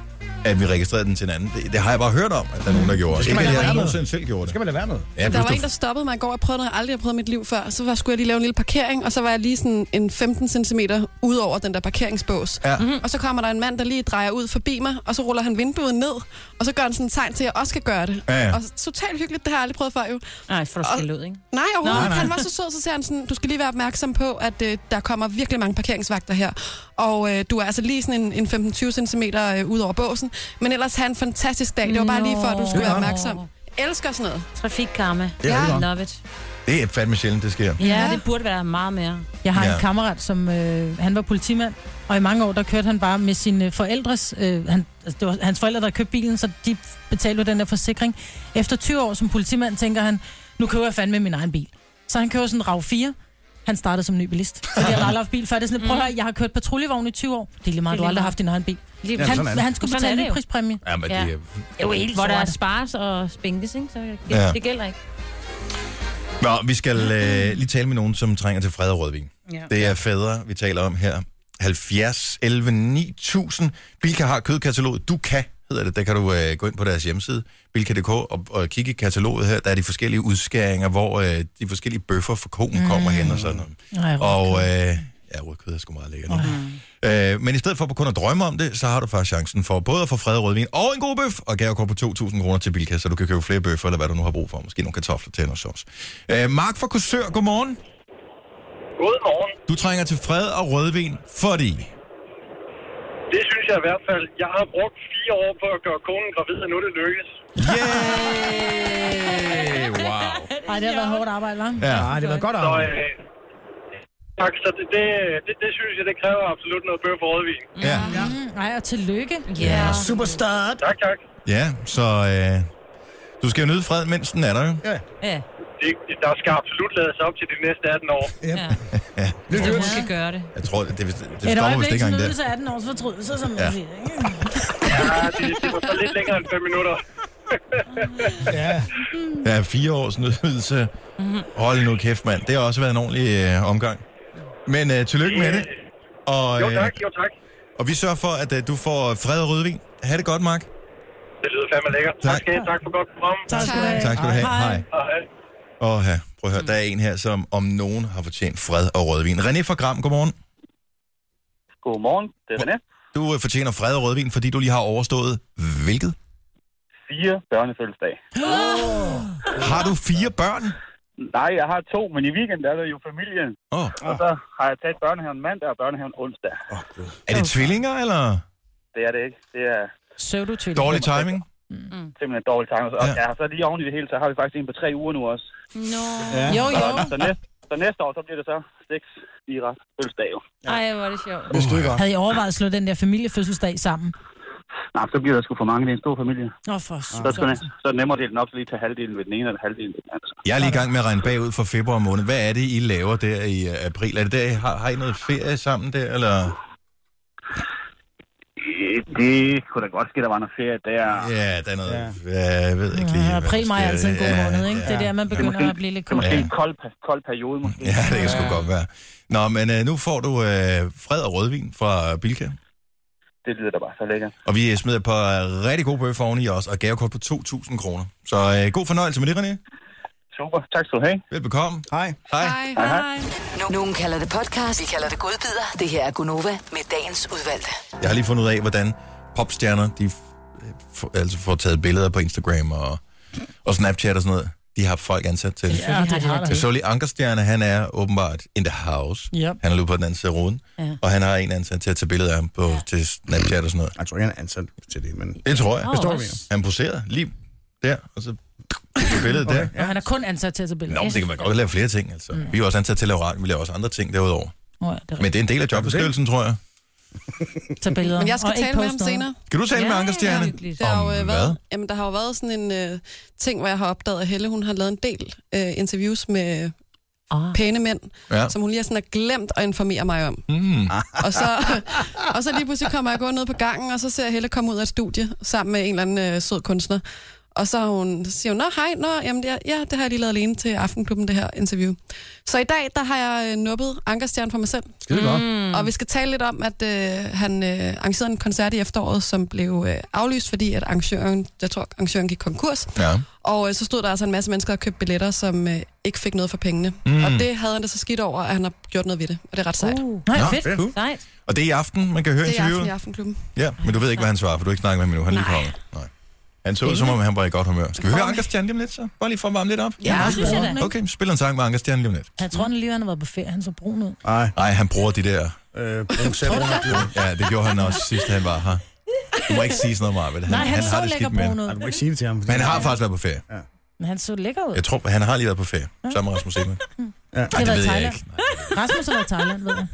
S1: at vi registrerede den til hinanden. Det, det har jeg bare hørt om, at der er nogen, der gjorde.
S4: Det skal
S1: Ikke,
S4: man
S1: at
S4: lade
S1: jeg
S4: være med.
S1: nogensinde selv gjorde det.
S4: Skal man lade være med?
S1: Ja,
S6: der
S1: plus
S6: var
S1: du-
S6: en, der stoppede mig i går. Jeg prøvede noget, jeg aldrig har prøvet i mit liv før. Så var, skulle jeg lige lave en lille parkering, og så var jeg lige sådan en 15 cm ud over den der parkeringsbås.
S1: Ja.
S6: Mm-hmm. Og så kommer der en mand, der lige drejer ud forbi mig, og så ruller han vinduet ned, og så gør han sådan et tegn til, at jeg også skal gøre det.
S2: Ja, ja.
S6: Og så- totalt hyggeligt, det har jeg aldrig prøvet før jo.
S2: Nej, for du
S6: Og-
S2: skal ud, ikke?
S6: Nej, overhovedet
S2: Nå,
S6: ikke.
S2: nej.
S6: Han var så sød, så siger han sådan, du skal lige være opmærksom på, at øh, der kommer virkelig mange parkeringsvagter her. Og øh, du er altså lige sådan en, en 15-20 cm øh, ud over båsen. Men ellers have en fantastisk dag. Det var bare lige for, at du skulle
S2: Nå.
S6: være opmærksom. Elsker sådan noget.
S2: Trafikkarma.
S1: Det er det godt.
S2: Love it.
S1: Det er fandme sjældent, det sker.
S2: Ja, det burde være meget mere.
S3: Jeg har ja.
S1: Ja.
S3: en kammerat, som øh, han var politimand, og i mange år, der kørte han bare med sine forældres... Øh, han, altså, det var hans forældre, der købte bilen, så de betalte jo den der forsikring. Efter 20 år som politimand, tænker han, nu køber jeg fandme min egen bil. Så han kører sådan en RAV 4. Han startede som ny bilist, fordi han aldrig haft bil før. Det er sådan, prøv at høre, jeg har kørt patruljevogn i 20 år. Det er lige meget,
S2: Mhm. Det
S3: du
S2: er
S3: aldrig
S2: lige
S3: har haft din egen bil.
S2: Lige-
S3: Han,
S1: Jamen, sådan er det.
S3: han skulle
S2: Sådan er
S3: betale
S2: det
S3: en
S2: jo.
S3: prispræmie.
S1: Ja, men det er-
S2: Det er jo helt Hvor der er
S3: sort.
S2: spares og spænkes, ikke? Så det,
S1: Ja.
S2: ja. det gælder ikke.
S1: Nå, vi skal øh, lige tale med nogen, som trænger til fred og rødvin.
S2: Ja.
S1: Det er fædre, vi taler om her. 70, 11, 9000. Bilka har kødkataloget. Du kan, hedder det. Der kan du øh, gå ind på deres hjemmeside, bilka.dk, og, og kigge i kataloget her. Der er de forskellige udskæringer, hvor øh, de forskellige bøffer for konen mm. kommer hen og sådan noget.
S3: Ej,
S1: Og øh, Ja, rødkød er sgu meget lækkert. Mm. Øh, men i stedet for kun at drømme om det, så har du faktisk chancen for både at få fred rødvin og en god bøf, og gavekort på 2.000 kroner til Bilka, så du kan købe flere bøffer, eller hvad du nu har brug for. Måske nogle kartofler til noget sovs. Øh, Mark fra Korsør, godmorgen.
S12: Godmorgen.
S1: Du trænger til fred og rødvin, fordi...
S12: Det synes jeg i hvert fald. Jeg har brugt fire år på at gøre konen gravid, og nu er det lykkes.
S1: Hey, wow.
S3: Ej, det har været hårdt arbejde, hva'?
S1: Ja. Ja, det har været godt arbejde.
S12: Så, øh, tak, så det, det, det, det, synes jeg, det kræver absolut noget bøf og rødvin.
S1: Ja.
S3: Mm, ej, og tillykke.
S1: Ja.
S3: Superstar.
S12: Tak, tak.
S1: Ja, så øh, du skal jo nyde fred, mens den er der jo.
S12: Ja.
S2: Ja.
S12: Det, det- der skal absolut lades op til de næste 18 år.
S2: Ja.
S1: Ja.
S2: Hvis du skal gøre det.
S1: Jeg tror, det, det, det
S3: Et
S1: stopper vist
S3: øjeblik
S1: ikke engang
S3: til
S1: der.
S3: nydelse af 18 års fortrydelse, som
S1: Ja.
S3: man siger. ikke?
S12: Ja, det, det var så lidt længere end 5 minutter.
S1: Ja. Ja, fire års nydelse.
S2: Mhm.
S1: Hold nu kæft, mand. Det har også været en ordentlig øh, omgang. Men øh, tillykke med det. Og,
S12: Jo
S1: øh,
S12: tak, jo tak.
S1: og vi sørger for, at øh, du får fred og rødvin. Ha' det godt, Mark.
S12: Det lyder fandme lækkert. Tak, tak skal I have. Tak for godt program.
S3: Tak skal du have.
S1: Tak skal du have. Hej.
S12: Hej.
S1: Og ja, prøv at høre, der er en her, som om nogen har fortjent fred og rødvin. René fra Gram, godmorgen.
S17: Godmorgen, det er René.
S1: Du øh, fortjener fred og rødvin, fordi du lige har overstået hvilket?
S17: Fire børnefødselsdag.
S1: Har du fire børn?
S17: Nej, jeg har to, men i weekenden er der jo familien.
S1: Oh.
S17: Og så har jeg taget børnehaven mandag og børnehaven onsdag.
S1: Er det tvillinger, eller?
S17: Det er det ikke. Det er
S2: Søvdutvilling.
S1: Dårlig timing?
S17: simpelthen dårlig tanke. Og ja. så lige oven i det hele, så har vi faktisk en på tre uger nu også.
S2: No.
S17: Ja.
S2: Jo, jo.
S17: Så, så, næste, så næste år, så bliver det så seks lige ret fødselsdag. jo.
S2: Ej, hvor er det sjovt.
S3: Havde I overvejet at slå den der familiefødselsdag sammen?
S17: Nej, så bliver der sgu for mange. Det er en stor familie.
S3: Nå, for
S17: Så, skal man, så er det nemmere at dele den op, så lige tage halvdelen ved den ene og halvdelen ved den anden.
S1: Jeg er lige i gang med at regne bagud for februar måned. Hvad er det, I laver der i øh, april? Er det der, I har, har I noget ferie sammen der, eller?
S17: Øh, Det kunne da godt ske, der var noget ferie der.
S1: Ja, der er noget... Ja, jeg ved ikke lige.
S3: Ja, april maj er altid en god
S1: altså, Ja,
S3: måned, ikke? Det er
S1: ja.
S3: der, man begynder at blive lidt
S17: Det er
S3: kold.
S17: måske en kold, pa- kold periode, måske.
S1: Ja, det kan sgu godt være. Nå, men øh, nu får du øh, fred og rødvin fra Bilka.
S17: Det lyder da bare så lækkert.
S1: Og vi øh, smider et par øh, rigtig gode bøffer oven i os, og gavekort på 2.000 kroner. Så øh, god fornøjelse med det, René.
S17: Super. Tak skal du have.
S1: Velbekomme.
S4: Hej.
S1: Hej.
S11: hej. Nogen kalder det podcast, vi kalder det godbider. Det her er Gunova med dagens udvalgte.
S1: Jeg har lige fundet ud af, hvordan popstjerner, de f- øh, f- altså får taget billeder på Instagram og, og Snapchat og sådan noget. De har folk ansat til.
S3: Selvfølgelig har de da det.
S1: Jeg så lige Ankerstjerne, han er åbenbart in the house.
S3: Yep.
S1: Han er ude på den anden side af ruden,
S3: Ja.
S1: og han har en ansat til at tage billeder af ham på, ja. til Snapchat og sådan noget.
S4: Jeg tror ikke, han er ansat til det, men...
S1: Det tror jeg.
S3: Åh, Forstår, hvad mener.
S1: Han poserer lige der, og så tog billedet okay. der.
S3: Og han er kun ansat til at tage billeder.
S1: Nå, men det kan man godt lave flere ting, altså. Mm. Vi er jo også ansat til at lave radio, vi laver også andre ting derudover.
S3: Nå, ja, det er
S1: Men det er en del af jobbeskrivelsen, tror jeg.
S3: rigtigt. Tage billeder.
S6: Men jeg skal
S3: og ikke
S6: tale med
S3: poste
S6: ham
S3: noget.
S6: senere.
S1: Kan du tale med Ankerstjerne?
S6: Der har jo,
S1: Om
S6: øh,
S1: hvad?
S6: været, jamen, der har jo været sådan en øh, ting, hvor jeg har opdaget, at Helle hun har lavet en del øh, interviews med
S2: oh.
S6: pæne mænd,
S1: Ja.
S6: ja. som hun lige har sådan har glemt at informere mig om.
S1: Mm.
S6: Og så, og så lige pludselig kommer jeg gå ned på gangen, og så ser jeg Helle komme ud af et studie sammen med en eller anden øh, sød kunstner. Og så har hun, så siger hun, nå hej, nå, jamen, det, er- ja, det har jeg lige lavet alene til Aftenklubben, det her interview. Så i dag, der har jeg øh, nuppet Ankerstjern for mig selv.
S4: Skide godt.
S6: Mm. Og vi skal tale lidt om, at øh, han øh, arrangerede en koncert i efteråret, som blev øh, aflyst, fordi at arrangøren, jeg tror, arrangøren gik konkurs.
S1: Ja.
S6: Og øh, så stod der altså en masse mennesker og købte billetter, som øh, ikke fik noget for pengene.
S1: Mm.
S6: Mm. Og det havde han det så skidt over, at han har gjort noget ved det. Og det er ret sejt. Uh.
S1: Nå, fedt. Cool.
S2: Sejt.
S1: Og det er i aften, man kan høre
S6: Det er i aften i
S1: interviewet.
S6: Aftenklubben.
S1: Ja, men du ved ikke, hvad han svarer, for du har ikke snakket med ham endnu. Han er lige kommet. Nej. Han så ud, som om han var i godt humør. Skal vi høre Ankerstjerne lige om lidt, så? Bare lige for at varme lidt op.
S3: Ja, det synes jeg da.
S1: Okay, vi spiller en sang med Ankerstjerne lige om lidt.
S3: Jeg tror, han lige han har været på ferie. Han så brun ud.
S1: Nej. Nej, han bruger de der... Øh, Ja, det gjorde han også sidst, han var her. Du må ikke sige sådan noget, Marvind.
S3: Nej, han så
S1: har det
S3: lækker
S1: skidt med
S3: brun
S1: det.
S3: ud. Nej, du må
S1: ikke sige det til ham. Men han har faktisk været på ferie. Ja.
S3: Men han så lækker ud.
S1: Jeg tror, han har lige været på ferie. Sammen med Rasmus Seebach. Ja.
S3: Det har
S1: det
S3: været
S1: ved jeg
S3: Thailand.
S1: ikke.
S3: Rasmus har været i Thailand, ved jeg.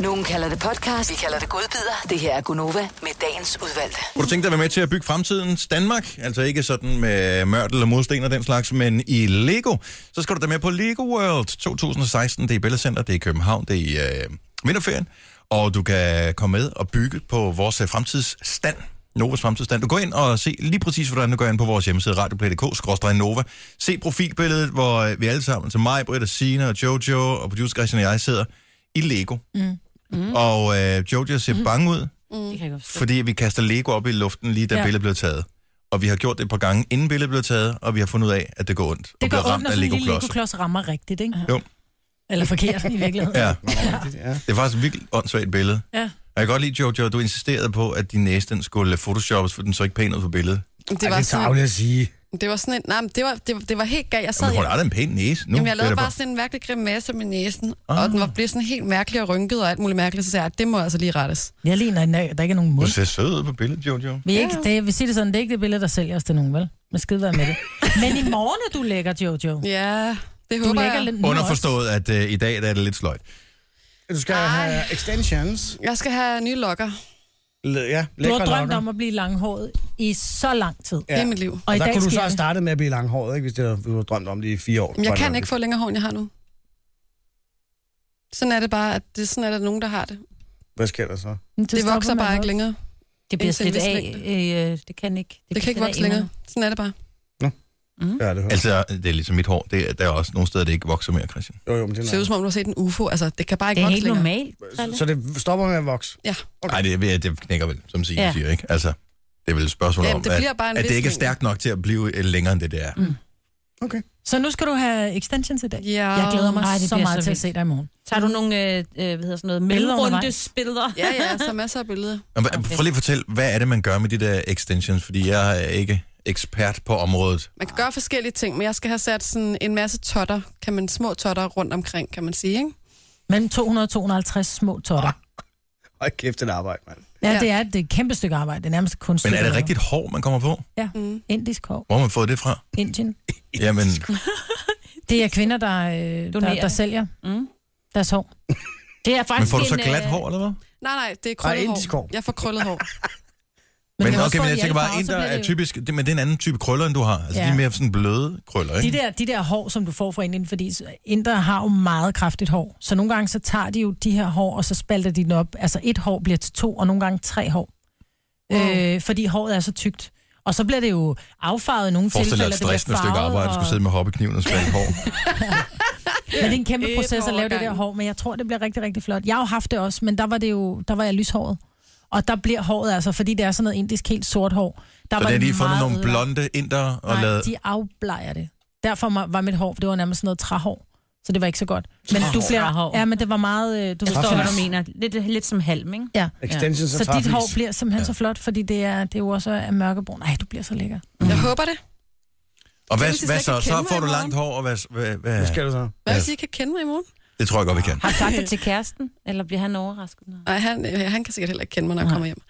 S11: Nogen kalder det podcast, vi kalder det godbider. Det her er Gunova med dagens udvalgte.
S1: Kunne du tænke dig at være med til at bygge fremtidens Danmark? Altså ikke sådan med mørtel og modsten og den slags, men i Lego. Så skal du da med på Lego World 2016. Det er i Bella Center, det er i København, det er i øh, vinterferien. Og du kan komme med og bygge på vores øh, fremtidsstand. Novas fremtidsstand. Du går ind og se lige præcis, hvordan du går ind på vores hjemmeside, radioplay.dk, Nova. Se profilbilledet, hvor øh, vi alle sammen, til mig, Britta, Sina og Jojo og producer Christian og jeg sidder i Lego.
S3: Mm.
S1: Mm. Og øh, Jojo ser mm. bange ud,
S2: Mm. Det kan jeg godt forstå.
S1: fordi vi kaster Lego op i luften lige da
S2: Ja.
S1: ja. billedet blev taget. Og vi har gjort det et par gange, inden billedet blev taget, og vi har fundet ud af, at det går ondt.
S3: Det
S1: og bliver
S3: går ondt,
S1: ramt
S3: når
S1: af
S3: sådan en lille
S1: Lego-klodser.
S3: Lego-klods rammer rigtigt, ikke?
S1: Jo.
S3: Eller forkert i virkeligheden.
S1: Ja. Det er faktisk et virkelig åndssvagt billede.
S3: Ja.
S1: Og jeg kan godt lide, Jojo, at du insisterede på, at din næse den skulle photoshoppes, for den så ikke pæn ud på billedet.
S6: Det var Ej, det er sådan- tarveligt
S1: at sige.
S6: Det var sådan en... Nej, men det var, det, var- det var helt galt. Jeg sad
S1: Men hun
S6: hjem-
S1: har da en pæn næse nu.
S6: Jamen, jeg
S1: Det
S6: lavede
S1: er da
S6: bare sådan en mærkelig grimasse med næsen,
S1: Ah.
S6: ah. og den var blevet sådan helt mærkelig og rynket og alt muligt mærkeligt, så sagde jeg, det må altså lige rettes.
S3: Jeg ligner en der ikke er nogen
S1: Du
S3: mund.
S1: ser sød ud på billedet, Jojo.
S3: Vi, er ikke, det, vi siger det sådan, det er ikke det billede, der sælger os til nogen, vel? Men skide være med det. Men i morgen er du lækker, Jojo.
S6: Ja, det
S3: du
S6: håber
S3: lægger
S6: jeg.
S3: lidt nu
S1: Underforstået, at øh, i dag der er det lidt sløjt.
S4: Du skal Ej. have extensions.
S6: Jeg skal have nye lokker.
S4: L- ja,
S3: Du har
S4: lækre
S3: drømt
S4: lakker.
S3: om at blive langhåret i så lang tid.
S4: Ja. Og,
S3: Og i
S4: der
S3: dag
S4: kunne du så
S3: sker
S4: have
S3: det.
S4: startet med at blive langhåret, ikke, hvis det var, du har drømt om det i fire år.
S6: Men jeg kan ikke få længere hår, end jeg har nu. Sådan er det bare, at det, sådan er der nogen, der har det.
S4: Hvad sker der så?
S6: Det, det vokser bare ikke længere.
S2: Det bliver
S6: Indtil en
S2: slidt
S6: vis
S2: af.
S6: længde.
S2: Øh, det kan ikke.
S6: Det kan ikke vokse længere. Sådan er det bare.
S4: Ja, det
S1: altså, det er ligesom mit hår. Det, er- der er også nogle steder, det ikke vokser mere, Christian.
S4: Jo, jo, men det
S6: Det ser ud som om, du har set en UFO. Altså, det kan bare ikke
S2: Det er
S6: vokse
S2: helt
S6: længere.
S2: normalt.
S4: Så det stopper med at vokse?
S6: Ja.
S1: Nej, det, er- det knækker vel, som Signe
S6: Ja.
S1: ja. siger, ikke? Altså, det er vel et spørgsmål
S6: Jamen,
S1: om,
S6: det bliver
S1: at,
S6: bare en
S1: at det
S6: vis
S1: ikke er
S6: længde.
S1: stærkt nok til at blive øh, længere, end det det er. Mm.
S4: Okay.
S3: Så nu skal du have extensions i dag.
S6: Ja.
S3: Jeg glæder mig
S2: Ej, det
S3: så
S2: bliver
S3: meget
S2: så
S3: til at
S2: vildt.
S3: se dig i morgen.
S2: Tager du nogle, øh, øh, hvad hedder sådan noget,
S3: Billeder undervejs?
S2: mellemrundesbilleder?
S6: Ja, ja, så masser af billeder.
S1: Men hva- Prøv lige at fortælle, hvad er det, man gør med de der extensions? Fordi jeg er ikke ekspert på området.
S6: Man kan gøre forskellige ting, men jeg skal have sat sådan en masse totter, kan man, små totter rundt omkring, kan man sige, ikke?
S3: Mellem 200 og 250 små totter.
S4: Hold kæft, det er arbejde, mand.
S3: Ja, det er, det er et kæmpe stykke arbejde. Det er nærmest kun
S1: Men er det rigtigt hår, man kommer på?
S3: Ja, mm. indisk hår.
S1: Hvor har man fået det fra?
S3: Indien.
S1: Jamen,
S3: Det er kvinder, der, øh, der,
S2: Donerer.
S3: der sælger mm. deres hår.
S2: Det er
S1: men får du så
S4: øh,
S1: glat hår, eller hvad?
S6: Nej, nej, det er
S1: Ej,
S6: krøllet
S1: indisk hår.
S6: hår. Jeg får krøllet hår.
S1: Men,
S3: det
S1: men
S3: er også
S1: okay, men
S3: fået
S1: jeg
S3: i
S1: tænker bare,
S3: alle farver,
S1: en
S3: så
S1: der
S3: bliver
S1: er
S3: det jo-
S1: typisk, det, men det er en anden type krøller, end du har. Altså, ja.
S3: Ja.
S1: de er mere sådan bløde krøller, ikke?
S3: De der, de der hår, som du får fra Indien, fordi indre har jo meget kraftigt hår. Så nogle gange, så tager de jo de her hår, og så spalter de den op. Altså et hår bliver til to, og nogle gange tre hår. Wow. Øh, fordi håret er så tykt. Og så bliver det jo affarvet i nogle
S1: Forestil dig
S3: tilfælde.
S1: et
S3: og det bliver
S1: stressende stykke
S3: farvet,
S1: arbejde, du skulle sidde med hoppekniven og spænde hår.
S3: Men det er en kæmpe
S6: Et
S3: proces
S6: hår
S3: at
S6: ad
S3: lave det der
S6: gangen.
S3: hår, men jeg tror, det bliver rigtig, rigtig flot. Jeg har jo haft det også, men der var, det jo, der var jeg lyshåret. Og der bliver håret altså, fordi det er sådan noget indisk helt sort hår. Der
S1: Så det har de fundet
S3: meget
S1: nogle
S3: ødelagt.
S1: blonde inder og
S3: Nej,
S1: lavet...
S3: de afblejer det. Derfor ma- var mit hår, det var nærmest sådan noget træhår. Så det var ikke så godt. Men du
S2: Træhår.
S3: bliver,
S2: Træhår.
S3: ja, men det var meget... øh, Du
S2: Jeg forstår,
S3: forstår,
S2: hvad du mener. Lidt, lidt som halm, ikke?
S3: Ja.
S4: Extensions
S3: Så
S4: og
S3: dit
S4: træflis.
S3: hår bliver simpelthen ja. så flot, fordi det er, det er jo også er mørkebrun. Nej, du bliver så lækker.
S6: Jeg håber det.
S1: Og
S6: Tænk, hvis
S1: hvad,
S6: I
S1: hvad
S6: slet
S1: så?
S6: ikke kan
S1: Så
S6: kende
S1: får
S6: mig
S1: du
S6: i
S1: langt hår, og hvad... Hvad, hvad,
S4: Hvad skal du så?
S6: Hvad hvis I ikke kan kende mig i morgen?
S1: Det tror jeg godt, vi kan.
S2: Har du sagt det til kæresten, eller bliver han overrasket?
S6: Nej, han, øh, han kan sikkert heller ikke kende mig, når jeg kommer hjem.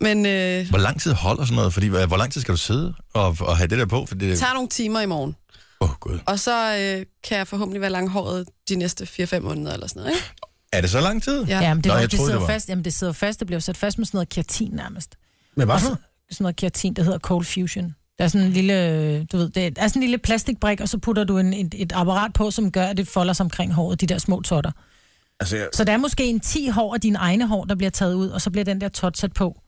S6: Men øh, det
S1: Hvor lang tid holder sådan noget? Fordi, hvor hvor lang tid skal du sidde og, og have det der på? For det,
S6: tager nogle timer i morgen.
S1: Øh. Åh, oh, Gud.
S6: Og så øh, kan jeg forhåbentlig være langhåret de næste 4-5 måneder eller sådan noget, ikke?
S1: Er det så lang tid?
S6: Ja.
S3: Ja, men det, Nå,
S1: jeg
S3: det
S1: troede,
S3: sidder
S1: det var.
S3: fast. Jamen, det sidder fast. Det bliver jo sat fast med sådan noget keratin nærmest.
S4: Men
S3: Og
S4: hvad
S3: så-
S4: for?
S3: Sådan noget keratin, der hedder cold fusion. Der er sådan en lille, øh, du ved, det er sådan en lille plastikbrik, og så putter du en, et, et apparat på, som gør, at det folder sig omkring håret, de der små totter.
S4: Altså, jeg...
S3: Så der er måske en 10 hår af dine egne hår, der bliver taget ud, og så bliver den der tot sat på.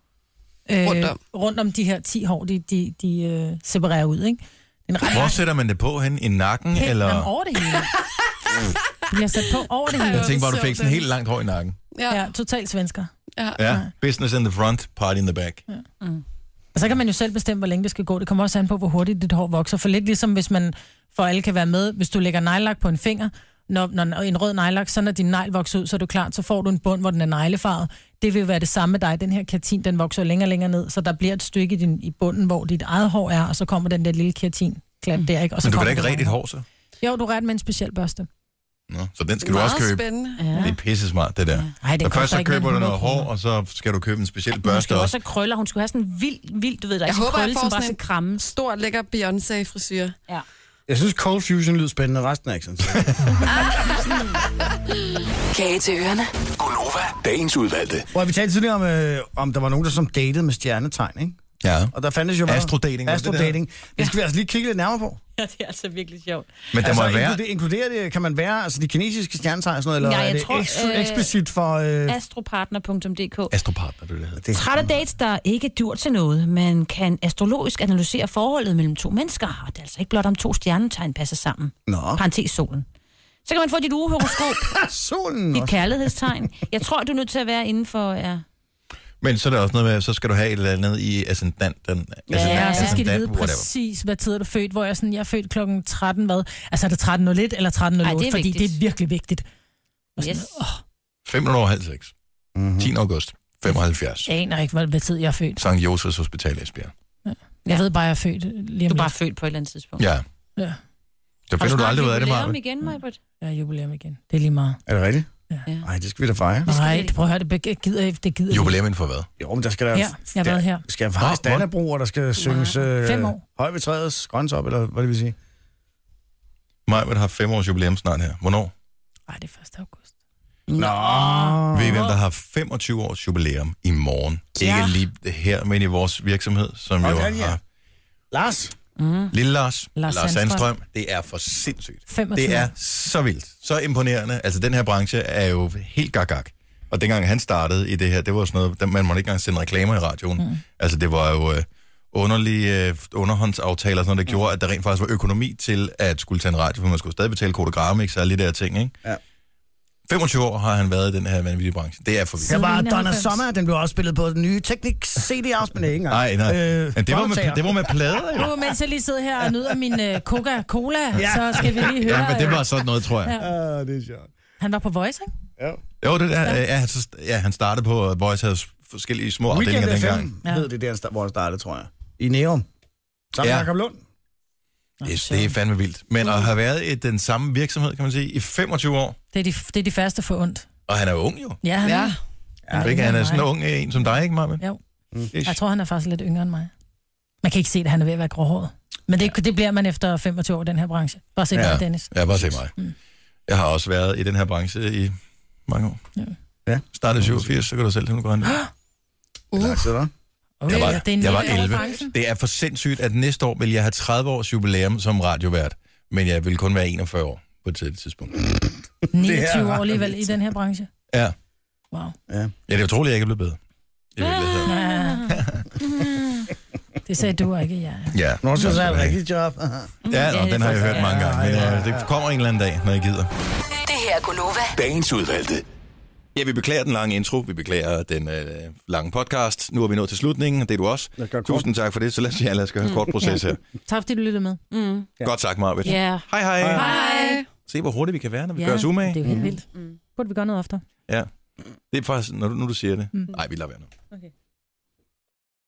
S3: øh,
S6: Rundt om.
S3: rundt om de her 10 hår, de, de, de øh, separerer ud, ikke? Den er ret
S1: Hvor sætter man det på hen? I nakken?
S3: Helt
S1: eller?
S3: Altså, jamen, over det hele. Det bliver sat på over det hele.
S1: Jeg tænkte bare, du fik sådan helt langt hår i nakken.
S6: Ja,
S3: ja totalt svensker.
S6: Ja.
S1: Ja, business in the front, party in the back.
S6: Mm.
S3: Og så kan man jo selv bestemme, hvor længe det skal gå. Det kommer også an på, hvor hurtigt dit hår vokser. For lidt ligesom, hvis man for alle kan være med, hvis du lægger nejlak på en finger, når, når en rød nejlak, så når din negl vokser ud, så er du klar, så får du en bund, hvor den er neglefarvet. Det vil være det samme med dig. Den her keratin, den vokser længere og længere ned, så der bliver et stykke i, din, i bunden, hvor dit eget hår er, og så kommer den der lille keratin
S6: Mm.
S3: klat der, ikke? Og så
S1: Men du kan da
S3: kommer
S1: ikke
S3: det
S1: ræde dit
S3: lange
S1: hår, så?
S3: Jo, du ret med en speciel børste.
S1: Nå, så den skal du
S6: Meget
S1: også købe.
S6: spændende.
S3: Ja.
S1: Det er pisse smart, det der.
S3: Ej, den
S1: så
S3: koster
S1: først så
S3: ikke mere
S1: køber du
S3: end
S1: noget
S3: 100
S1: hår, og så skal du købe en speciel
S2: Hun
S1: børste
S2: skal også
S1: også.
S2: have krøller. Hun skulle have sådan en vild, vild, du ved, der er
S6: Jeg
S2: sådan en
S6: håber, jeg
S2: krølle,
S6: får
S2: som bare
S6: sådan
S2: skal
S6: en
S2: krammes.
S6: stor, lækker Beyoncé-frisyr.
S2: Ja.
S4: Jeg synes, Cold Fusion lyder spændende, resten er ikke sådan.
S6: Ah.
S11: Kage til ørerne.
S13: Gunova, dagens udvalgte.
S4: Hvor vi talte tidligere om, øh, om der var nogen, der som datede med stjernetegn, ikke?
S1: Ja.
S4: Og der fandtes jo meget...
S1: Astrodating, var det det, det
S4: Astrodating. Det skal vi altså lige kigge lidt nærmere på.
S2: Ja, det er altså virkelig sjovt.
S1: Men der
S4: altså,
S1: må være...
S4: inkluder, inkluderer det, kan man være, altså de kinesiske stjernetegn og sådan noget,
S2: Nej,
S4: eller
S2: jeg
S4: er det
S2: tror,
S4: eks-
S2: øh,
S4: eksplicit for... Øh,
S2: Astropartner.dk
S1: Astropartner, det er det, det
S2: Træt af dates, der ikke dur til noget, men kan astrologisk analysere forholdet mellem to mennesker, og det er altså ikke blot om to stjernetegn passer sammen.
S4: Nå.
S2: Parenthes solen. Så kan man få dit ugehoroskop,
S4: Solen
S2: dit
S4: også.
S2: kærlighedstegn. Jeg tror, du er nødt til at være inden for... Ja.
S1: Men så er der også noget med, så skal du have et eller andet i ascendanten.
S3: Ja, og så skal de
S1: ascendant,
S3: vide
S1: whatever.
S3: præcis, hvad tid er du født, hvor jeg er sådan, jeg er født klokken 13, hvad? Altså er det 13.01 eller 13.08,
S2: Ej, det er
S3: fordi
S2: vigtigt.
S3: det er virkelig vigtigt. Og sådan,
S2: Yes.
S3: åh,
S1: 556. Mm-hmm. 10. august. 75.
S3: jeg aner ikke, hvad, hvad tid jeg er født.
S1: Sankt Josefs Hospital, Esbjerg.
S3: Jeg ved bare, jeg er født øh, lige om
S2: Du er bare
S3: lidt.
S2: født på et eller andet tidspunkt.
S1: Ja.
S3: Ja.
S1: Så finder du aldrig ud af det,
S2: Marvind.
S1: Marvind.
S2: igen, Majbert?
S3: Jeg er jubilæum igen. Det er lige meget.
S4: Er det rigtigt? Ja. Nej, det skal vi da fejre.
S3: Nej, prøv at høre, det beg- gider jeg ikke. Det gider jeg ikke.
S1: Jubilæum inden for hvad?
S4: Jo, men der skal der...
S3: Her. Jeg har været her.
S4: Skal jeg fejre
S1: Nå, hvor-
S4: Dannebro, og der skal synges
S3: Fem
S4: øh,
S3: år.
S4: høj ved træets grøntop, eller hvad det vil sige?
S1: Majbert har fem års jubilæum snart her. Hvornår?
S3: Nej, det er 1. august.
S1: Nå. Ved I, hvem der har 25 års jubilæum i morgen?
S4: Ja.
S1: Ikke lige her, men i vores virksomhed, som jo
S4: Okay, ja.
S1: har...
S4: Lars?
S3: Mm.
S1: Lille Lars,
S4: Lars
S1: Lars, Lars
S4: Sandstrøm.
S1: Sandstrøm, det er for sindssygt.
S4: 25.
S1: Det er så vildt, så imponerende. Altså, den her branche er jo helt gagag. Og dengang han startede i det her, det var sådan noget, der- man måtte ikke engang sende reklamer i radioen. Mm. Altså, det var jo øh, underlige øh, underhåndsaftaler, og sådan noget, der gjorde, at der rent faktisk var økonomi til at skulle tage en radio, for man skulle stadig betale kodogramme, ikke? Så alle de der ting, ikke?
S4: Ja.
S1: 25 år har han været i den her vanvittige branche. Det er for vildt.
S4: Det var Donna Sommer, den blev også spillet på den nye teknik cd afspil ikke engang. Øh,
S1: Nej, nej. Men det var med- det var med plader, jo.
S3: Nu, mens jeg lige sidder her og nyder min øh, Coca-Cola,
S4: Ja.
S3: så skal vi lige høre.
S1: Ja, men det var
S3: øh,
S1: sådan noget, tror jeg.
S4: Ja. det er sjovt.
S3: Han var på Voice, ikke?
S1: Jo, det der, ja. Ja, han, ja, han startede på øh, Voice House forskellige små
S4: Weekend
S1: afdelinger
S4: FM
S1: dengang.
S4: ja. hed det, der, han sta- hvor han startede, tror jeg. I Neum. Sammen med
S1: Ja.
S4: Jacob Lund.
S1: Det, det er fandme vildt. Men at have været i den samme virksomhed, kan man sige, i 25 år,
S3: Det er de, det er de første for ondt.
S1: og han er jo ung jo.
S3: Ja, han er.
S1: Ja, ikke? Han er sådan en ung øh, en som dig, ikke, Marvin? Mm.
S3: Jo.
S1: Ish.
S3: Jeg tror, han er faktisk lidt yngre end mig. Man kan ikke se, at han er ved at være gråhåret. Men det, det bliver man efter 25 år i den her branche. Bare se ja.
S1: ja.
S3: dig, Dennis. Mm.
S1: Ja, bare se mig. Jeg har også været i den her branche i mange år.
S4: Ja.
S1: Startede i 87, så kan du selv se, nu går han.
S4: Uh. Hvor lang tid er der?
S1: Jeg
S4: det er
S1: var,
S4: en
S1: jeg var
S4: lille år i
S1: 11.
S4: branchen.
S1: Det er for sindssygt, at næste år vil jeg have 30 års jubilæum som radiovært, men jeg vil kun være 41 år på et tidligt tidspunkt.
S3: 29 år alligevel i den her branche.
S1: Ja.
S3: Wow.
S4: Ja. ja,
S1: det er utroligt, at jeg ikke er blevet bedre. I virkeligheden.
S3: Ja. Det sagde du og ikke, jeg.
S1: Ja.
S4: Nå, så
S1: Tak skal
S4: er det
S1: du
S4: et
S1: have.
S4: rigtigt job.
S1: Ja,
S3: Ja,
S1: nå,
S3: det
S1: den har jeg
S3: forstår
S1: hørt
S3: jeg.
S1: mange gange, men øh, det kommer en eller anden dag, når jeg gider.
S11: Det her er Gunova.
S1: Dagens udvalgte. Ja, vi beklager den lange intro, vi beklager den øh, lange podcast. Nu er vi nået til slutningen, og det er du også. Tusind tak for det, så lad os, ja, lad os gøre en
S3: Mm.
S1: kort proces her.
S3: Tak fordi du lyttede med. Mm.
S1: Godt sagt, Marvitt.
S3: Ja.
S1: Hej, hej.
S3: Hej.
S1: Se, hvor hurtigt vi kan være, når vi gør os umage.
S3: Det er jo helt vildt. Burde vi gøre noget oftere?
S1: Ja. Det er faktisk, når du, nu du siger det. Nej, vi lader være nu.
S3: Okay.